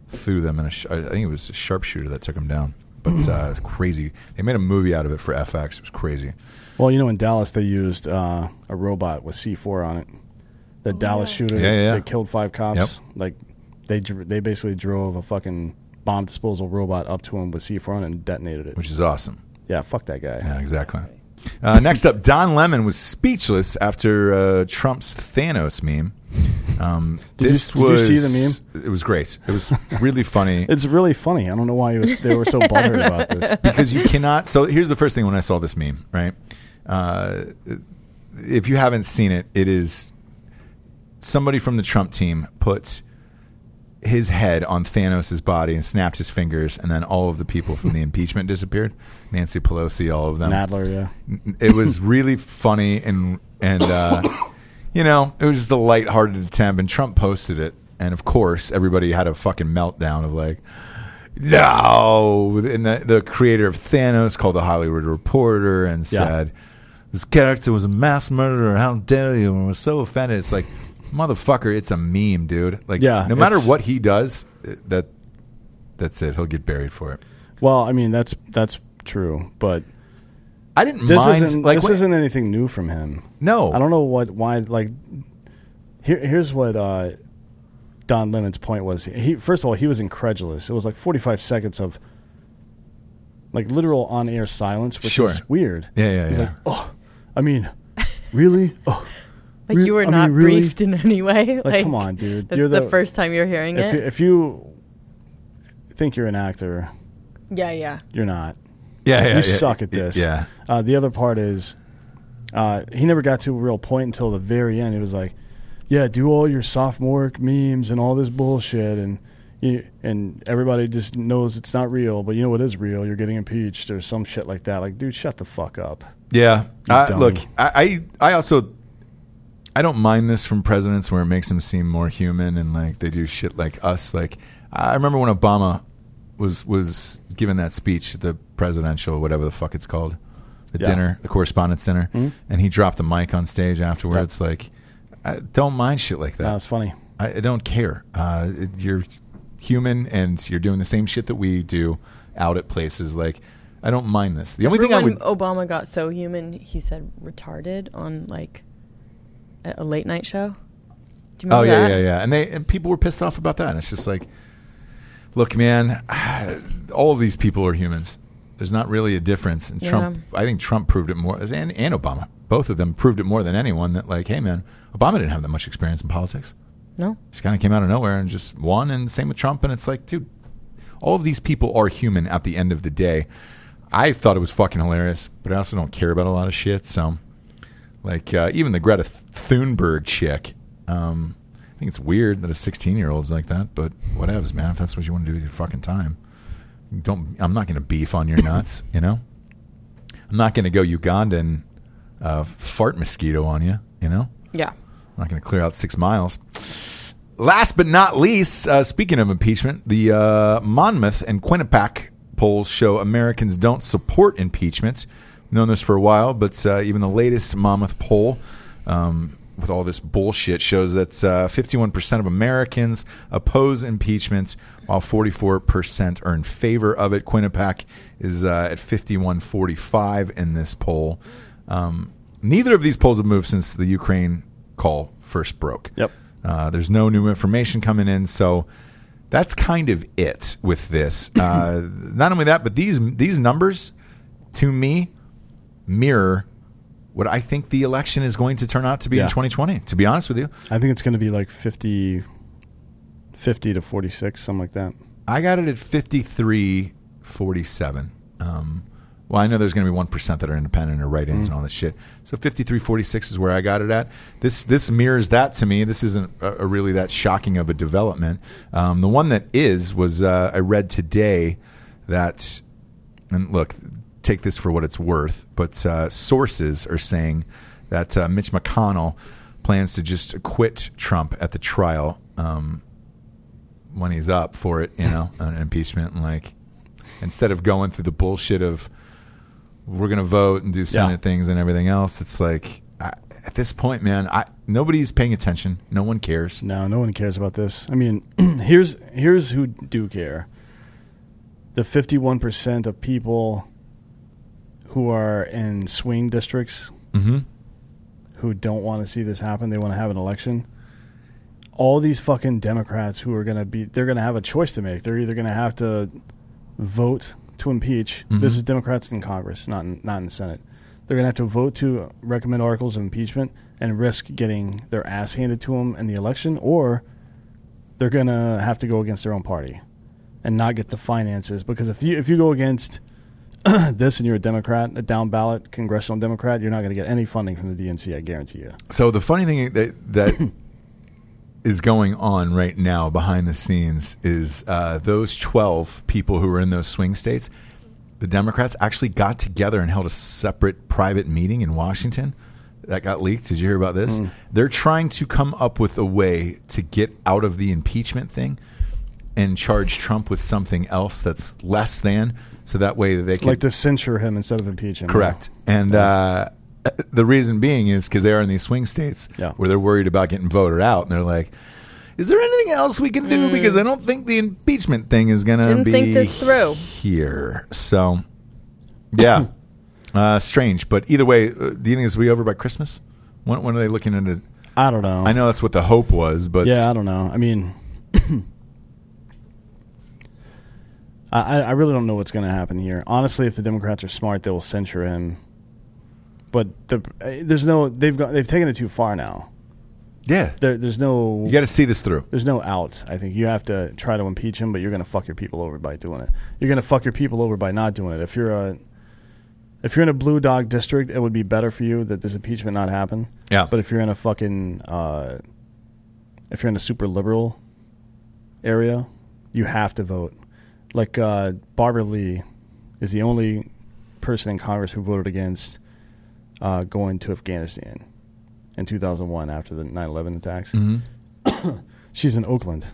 Speaker 2: through them, and a sh- I think it was a sharpshooter that took him down. But
Speaker 4: (clears throat)
Speaker 2: uh, crazy, they made a movie out of it for FX. It was crazy.
Speaker 4: Well, you know, in Dallas, they used uh, a robot with C4 on it. The Dallas shooter
Speaker 2: Yeah, yeah, yeah.
Speaker 4: that killed five cops. Like, they dr- they basically drove a fucking bomb disposal robot up to him with C4 on it and detonated it.
Speaker 2: which is awesome.
Speaker 4: yeah, fuck that guy.
Speaker 2: Yeah, exactly.
Speaker 4: (laughs)
Speaker 2: Uh, next up, Don Lemon was speechless after uh, Trump's Thanos meme. Um,
Speaker 4: Did you-
Speaker 2: this
Speaker 4: did you
Speaker 2: was,
Speaker 4: see the
Speaker 2: meme? It was great. It was really
Speaker 4: (laughs)
Speaker 2: funny
Speaker 4: It's really funny. I don't know why he was, they were so bothered about this.
Speaker 2: because you cannot. So here's the first thing when I saw this meme. Right, uh, if you haven't seen it, it is somebody from the Trump team put his head on Thanos' body and snapped his fingers, and then all of the people from the impeachment disappeared. Nancy Pelosi, all of them.
Speaker 4: Nadler, yeah.
Speaker 2: it was really funny and and uh, you know it was just a lighthearted attempt and Trump posted it and of course everybody had a fucking meltdown of like no and the, the creator of Thanos called the Hollywood Reporter and
Speaker 4: Yeah.
Speaker 2: said this character was a mass murderer how dare you and we're so offended it's like motherfucker it's a meme dude like
Speaker 4: Yeah,
Speaker 2: no matter
Speaker 4: it's-
Speaker 2: what he does that that's it he'll get buried for it
Speaker 4: Well, I mean, that's that's true, but
Speaker 2: I didn't
Speaker 4: this
Speaker 2: mind
Speaker 4: isn't
Speaker 2: like
Speaker 4: this
Speaker 2: what-
Speaker 4: isn't anything new from him.
Speaker 2: no
Speaker 4: I don't know what why like here here's what uh Don Lemon's point was. He first of all, he was incredulous. It was like 45 seconds of like literal on-air silence, which
Speaker 2: Sure.
Speaker 4: is weird.
Speaker 2: Yeah, yeah,
Speaker 4: He's
Speaker 2: yeah.
Speaker 4: like, "Oh, I mean, really? Oh,
Speaker 3: Like
Speaker 4: Re-
Speaker 3: you were
Speaker 4: I mean,
Speaker 3: not
Speaker 4: really?
Speaker 3: briefed in any way. Like,
Speaker 4: come on, dude.
Speaker 3: That's
Speaker 4: You're
Speaker 3: the,
Speaker 4: the-
Speaker 3: first time you're hearing
Speaker 4: if
Speaker 3: it.
Speaker 4: you, if you think you're an actor,
Speaker 3: yeah, yeah.
Speaker 4: you're not.
Speaker 2: Yeah, yeah.
Speaker 4: you
Speaker 2: yeah.
Speaker 4: suck at this.
Speaker 2: Yeah.
Speaker 4: Uh, the other part is, uh, he never got to a real point until the very end. He was like, "Yeah, do all your sophomore memes and all this bullshit, and you, and everybody just knows it's not real, but you know what is real? You're getting impeached or some shit like that. Like, dude, shut the fuck up.
Speaker 2: Yeah. I,
Speaker 4: dummy.
Speaker 2: look, I, I I also I don't mind this from presidents where it makes them seem more human and like they do shit like us. Like I remember when Obama was was giving that speech, at the presidential whatever the fuck it's called, the
Speaker 4: Yeah. Hmm?
Speaker 2: dinner, the correspondence dinner, and he dropped the mic on stage afterwards. Like I don't mind shit like that.
Speaker 4: That's funny.
Speaker 2: I, I don't care. Uh, it- you're human and you're doing the same shit that we do out at places. Like I don't mind this. The only thing I
Speaker 3: Remember
Speaker 2: would
Speaker 3: when Obama got so human, he said retarded on like a a late night show. Do you
Speaker 2: Oh
Speaker 3: remember
Speaker 2: yeah,
Speaker 3: that?
Speaker 2: yeah, yeah. And they and people were pissed off about that. And it's just like, look, man, (sighs) all of these people are humans. There's not really a difference. And Trump, I think Trump proved it more, and and Obama, both of them proved it more than anyone. That like, hey, man, Obama didn't have that much experience in politics.
Speaker 3: No.
Speaker 2: Just kind of came out of nowhere and just won. And same with Trump. And it's like, dude, all of these people are human at the end of the day. I thought it was fucking hilarious, but I also don't care about a lot of shit. So, like, uh, even the Greta Thunberg chick, um, I think it's weird that a 16 year old's like that, but whatevs, man. If that's what you want to do with your fucking time, don't. I'm not going to beef on your nuts, (laughs) you know? I'm not going to go Ugandan uh, fart mosquito on you, you know?
Speaker 3: Yeah.
Speaker 2: I'm not going to clear out six miles. Last but not least, uh, speaking of impeachment, the uh, Monmouth and Quinnipiac polls show Americans don't support impeachment. Known this for a while, but uh, even the latest Monmouth poll um, with all this bullshit shows that uh, 51% of Americans oppose impeachment, while 44% are in favor of it. Quinnipiac is uh, at 51.45 in this poll. Um, neither of these polls have moved since the Ukraine call first broke.
Speaker 4: Yep.
Speaker 2: Uh, there's no new information coming in, so that's kind of it with this. Uh, not only that, but these these numbers to me mirror what I think the election is going to turn out to be in
Speaker 4: Yeah.
Speaker 2: 2020. To be honest with you,
Speaker 4: I think it's going to be like 50, 50 to 46, something like that.
Speaker 2: I got it at 53.47. Um, well, I know there's going to be one percent that are independent or write-ins and all this shit. So 53.46 is where I got it at. This this mirrors that to me. This isn't a, a really that shocking of a development. Um, the one that is was uh, I read today that and look, take this for what it's worth, but uh, sources are saying that uh, Mitch McConnell plans to just acquit Trump at the trial um, when he's up for it, you know, an impeachment. And like, instead of going through the bullshit of we're going to vote and do Senate
Speaker 4: Yeah.
Speaker 2: things and everything else, it's like I, at this point, man, I, nobody's paying attention. No one cares.
Speaker 4: No, no one cares about this. I mean, (clears throat) here's here's who do care. The 51% of people who are in swing districts
Speaker 2: Mm-hmm.
Speaker 4: who don't want to see this happen, they want to have an election. All these fucking Democrats who are going to be they're going to have a choice to make. They're either going to have to vote to impeach. This is Democrats in Congress, not in, not in the Senate. They're going to have to vote to recommend articles of impeachment and risk getting their ass handed to them in the election or they're going to have to go against their own party and not get the finances because if you if you go against (clears throat) this and you're a Democrat, a down ballot congressional Democrat, you're not going to get any funding from the DNC, I guarantee you.
Speaker 2: So the funny thing that that is going on right now behind the scenes is uh, those twelve people who were in those swing states. The Democrats actually got together and held a separate private meeting in Washington that got leaked. Did you hear about this? They're trying to come up with a way to get out of the impeachment thing and charge Trump with something else that's less than, so that way they can
Speaker 4: Like to censure him instead of impeach him.
Speaker 2: Correct. And uh, the reason being is because they are in these swing states
Speaker 4: Yeah.
Speaker 2: where they're worried about getting voted out, and they're like, "Is there anything else we can do?" Because I don't think the impeachment thing is going to
Speaker 3: Mm. Didn't
Speaker 2: be
Speaker 3: think this through.
Speaker 2: here. So, yeah, uh, strange. But either way, uh, do you think this will be over by Christmas? When, when are they looking into?
Speaker 4: I don't know.
Speaker 2: I know that's what the hope was, but
Speaker 4: Yeah, I don't know. I mean, (coughs) I, I- I really don't know what's going to happen here. Honestly, if the Democrats are smart, they will censure him. But the, eh, there's no they've got they've taken it too far now.
Speaker 2: Yeah.
Speaker 4: There, there's no
Speaker 2: You got to see this through.
Speaker 4: there's no out. I think you have to try to impeach him, but you're going to fuck your people over by doing it. You're going to fuck your people over by not doing it. If you're a if you're in a blue dog district, it would be better for you that this impeachment not happen.
Speaker 2: Yeah.
Speaker 4: But if you're in a fucking uh, if you're in a super liberal area, you have to vote. Like uh, Barbara Lee is the only person in Congress who voted against uh, going to Afghanistan in 2001 after the 9/11 attacks.
Speaker 2: Mm-hmm.
Speaker 4: She's in Oakland.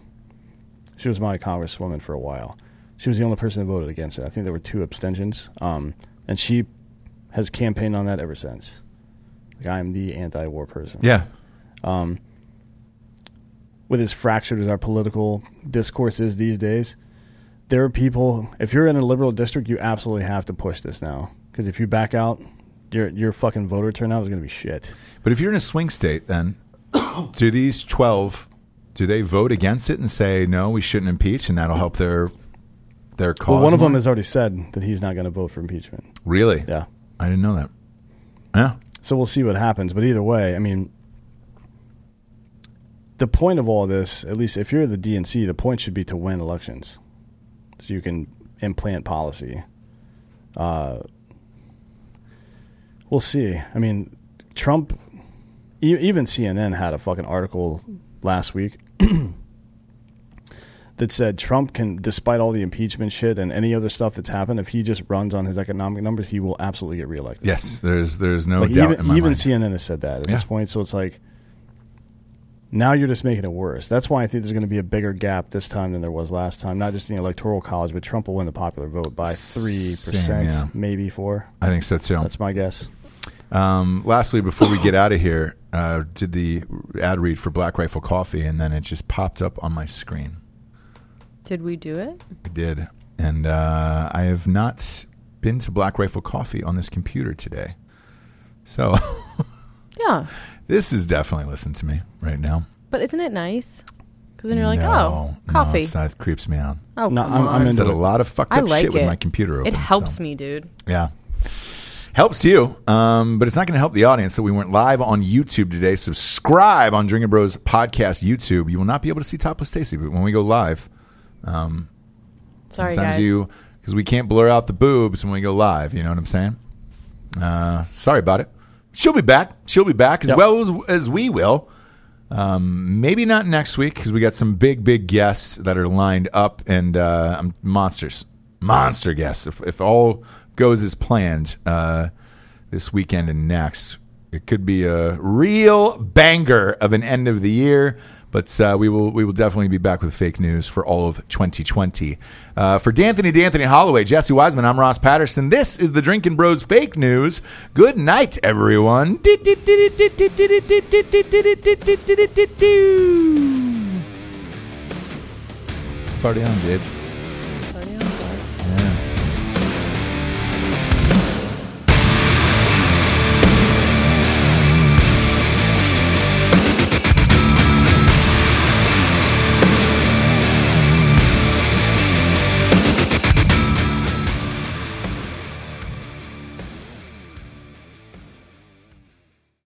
Speaker 4: She was my congresswoman for a while. She was the only person that voted against it. I think there were two abstentions. Um, and she has campaigned on that ever since. Like I'm the anti-war person. Um,
Speaker 2: Yeah.
Speaker 4: With as fractured as our political discourse is these days, there are people. If you're in a liberal district, you absolutely have to push this now. Because if you back out, your your fucking voter turnout is going to be shit.
Speaker 2: But if you're in a swing state, then (coughs) do these 12, do they vote against it and say, no, we shouldn't impeach, and that'll help their their cause?
Speaker 4: Well, one of
Speaker 2: more?
Speaker 4: them has already said that he's not going to vote for impeachment.
Speaker 2: Really?
Speaker 4: Yeah.
Speaker 2: I didn't know that. Yeah.
Speaker 4: So we'll see what happens. But either way, I mean, the point of all this, at least if you're the DNC, the point should be to win elections so you can implant policy. Uh, we'll see. I mean, Trump, e- even CNN had a fucking article last week. (clears throat) That said, Trump can, despite all the impeachment shit and any other stuff that's happened, if he just runs on his economic numbers, he will absolutely get reelected.
Speaker 2: Yes. There's there's no
Speaker 4: Like
Speaker 2: doubt
Speaker 4: even,
Speaker 2: in my
Speaker 4: even
Speaker 2: mind.
Speaker 4: CNN has said that at this
Speaker 2: Yeah.
Speaker 4: point. So it's like now you're just making it worse. That's why I think there's going to be a bigger gap this time than there was last time. Not just in the electoral college, but Trump will win the popular vote by three
Speaker 2: Same, yeah.
Speaker 4: percent, maybe four.
Speaker 2: I think so too.
Speaker 4: That's my guess.
Speaker 2: Um, lastly, before we get out of here, uh, did the ad read for Black Rifle Coffee, and then it just popped up on my screen.
Speaker 3: Did we do it?
Speaker 2: I did, and uh, I have not been to Black Rifle Coffee on this computer today. So (laughs)
Speaker 3: Yeah.
Speaker 2: this is definitely listening to me right now.
Speaker 3: But isn't it nice? Because then you're like,
Speaker 2: No,
Speaker 3: oh, coffee.
Speaker 2: No, it's not, it creeps me out.
Speaker 3: Oh,
Speaker 4: No,
Speaker 3: come
Speaker 4: I'm- I'm
Speaker 3: on.
Speaker 2: I
Speaker 4: in-
Speaker 2: said
Speaker 4: into
Speaker 2: a
Speaker 4: it.
Speaker 2: lot of fucked
Speaker 3: I
Speaker 2: up
Speaker 3: like
Speaker 2: shit with
Speaker 3: it.
Speaker 2: my computer open.
Speaker 3: it helps
Speaker 2: so-
Speaker 3: me, dude.
Speaker 2: Yeah. Helps you, um, but it's not going to help the audience that we weren't live on YouTube today. Subscribe on Drinking Bros Podcast YouTube. You will not be able to see Topless Stacy, but when we go live,
Speaker 3: Sorry,
Speaker 2: sometimes
Speaker 3: guys.
Speaker 2: you, because we can't blur out the boobs when we go live. You know what I'm saying? Uh, sorry about it. She'll be back. She'll be back as
Speaker 4: Yep.
Speaker 2: well as, as we will. Um, maybe not next week because we got some big, big guests that are lined up and uh, um, monsters, monster guests. If, if all goes as planned uh, this weekend and next, it could be a real banger of an end of the year. But uh, we will we will definitely be back with fake news for all of 2020. Uh, for D'Anthony D'Anthony Holloway, Jesse Wiseman, I'm Ross Patterson. This is the Drinking Bros Fake News. Good night, everyone. Party on, dudes.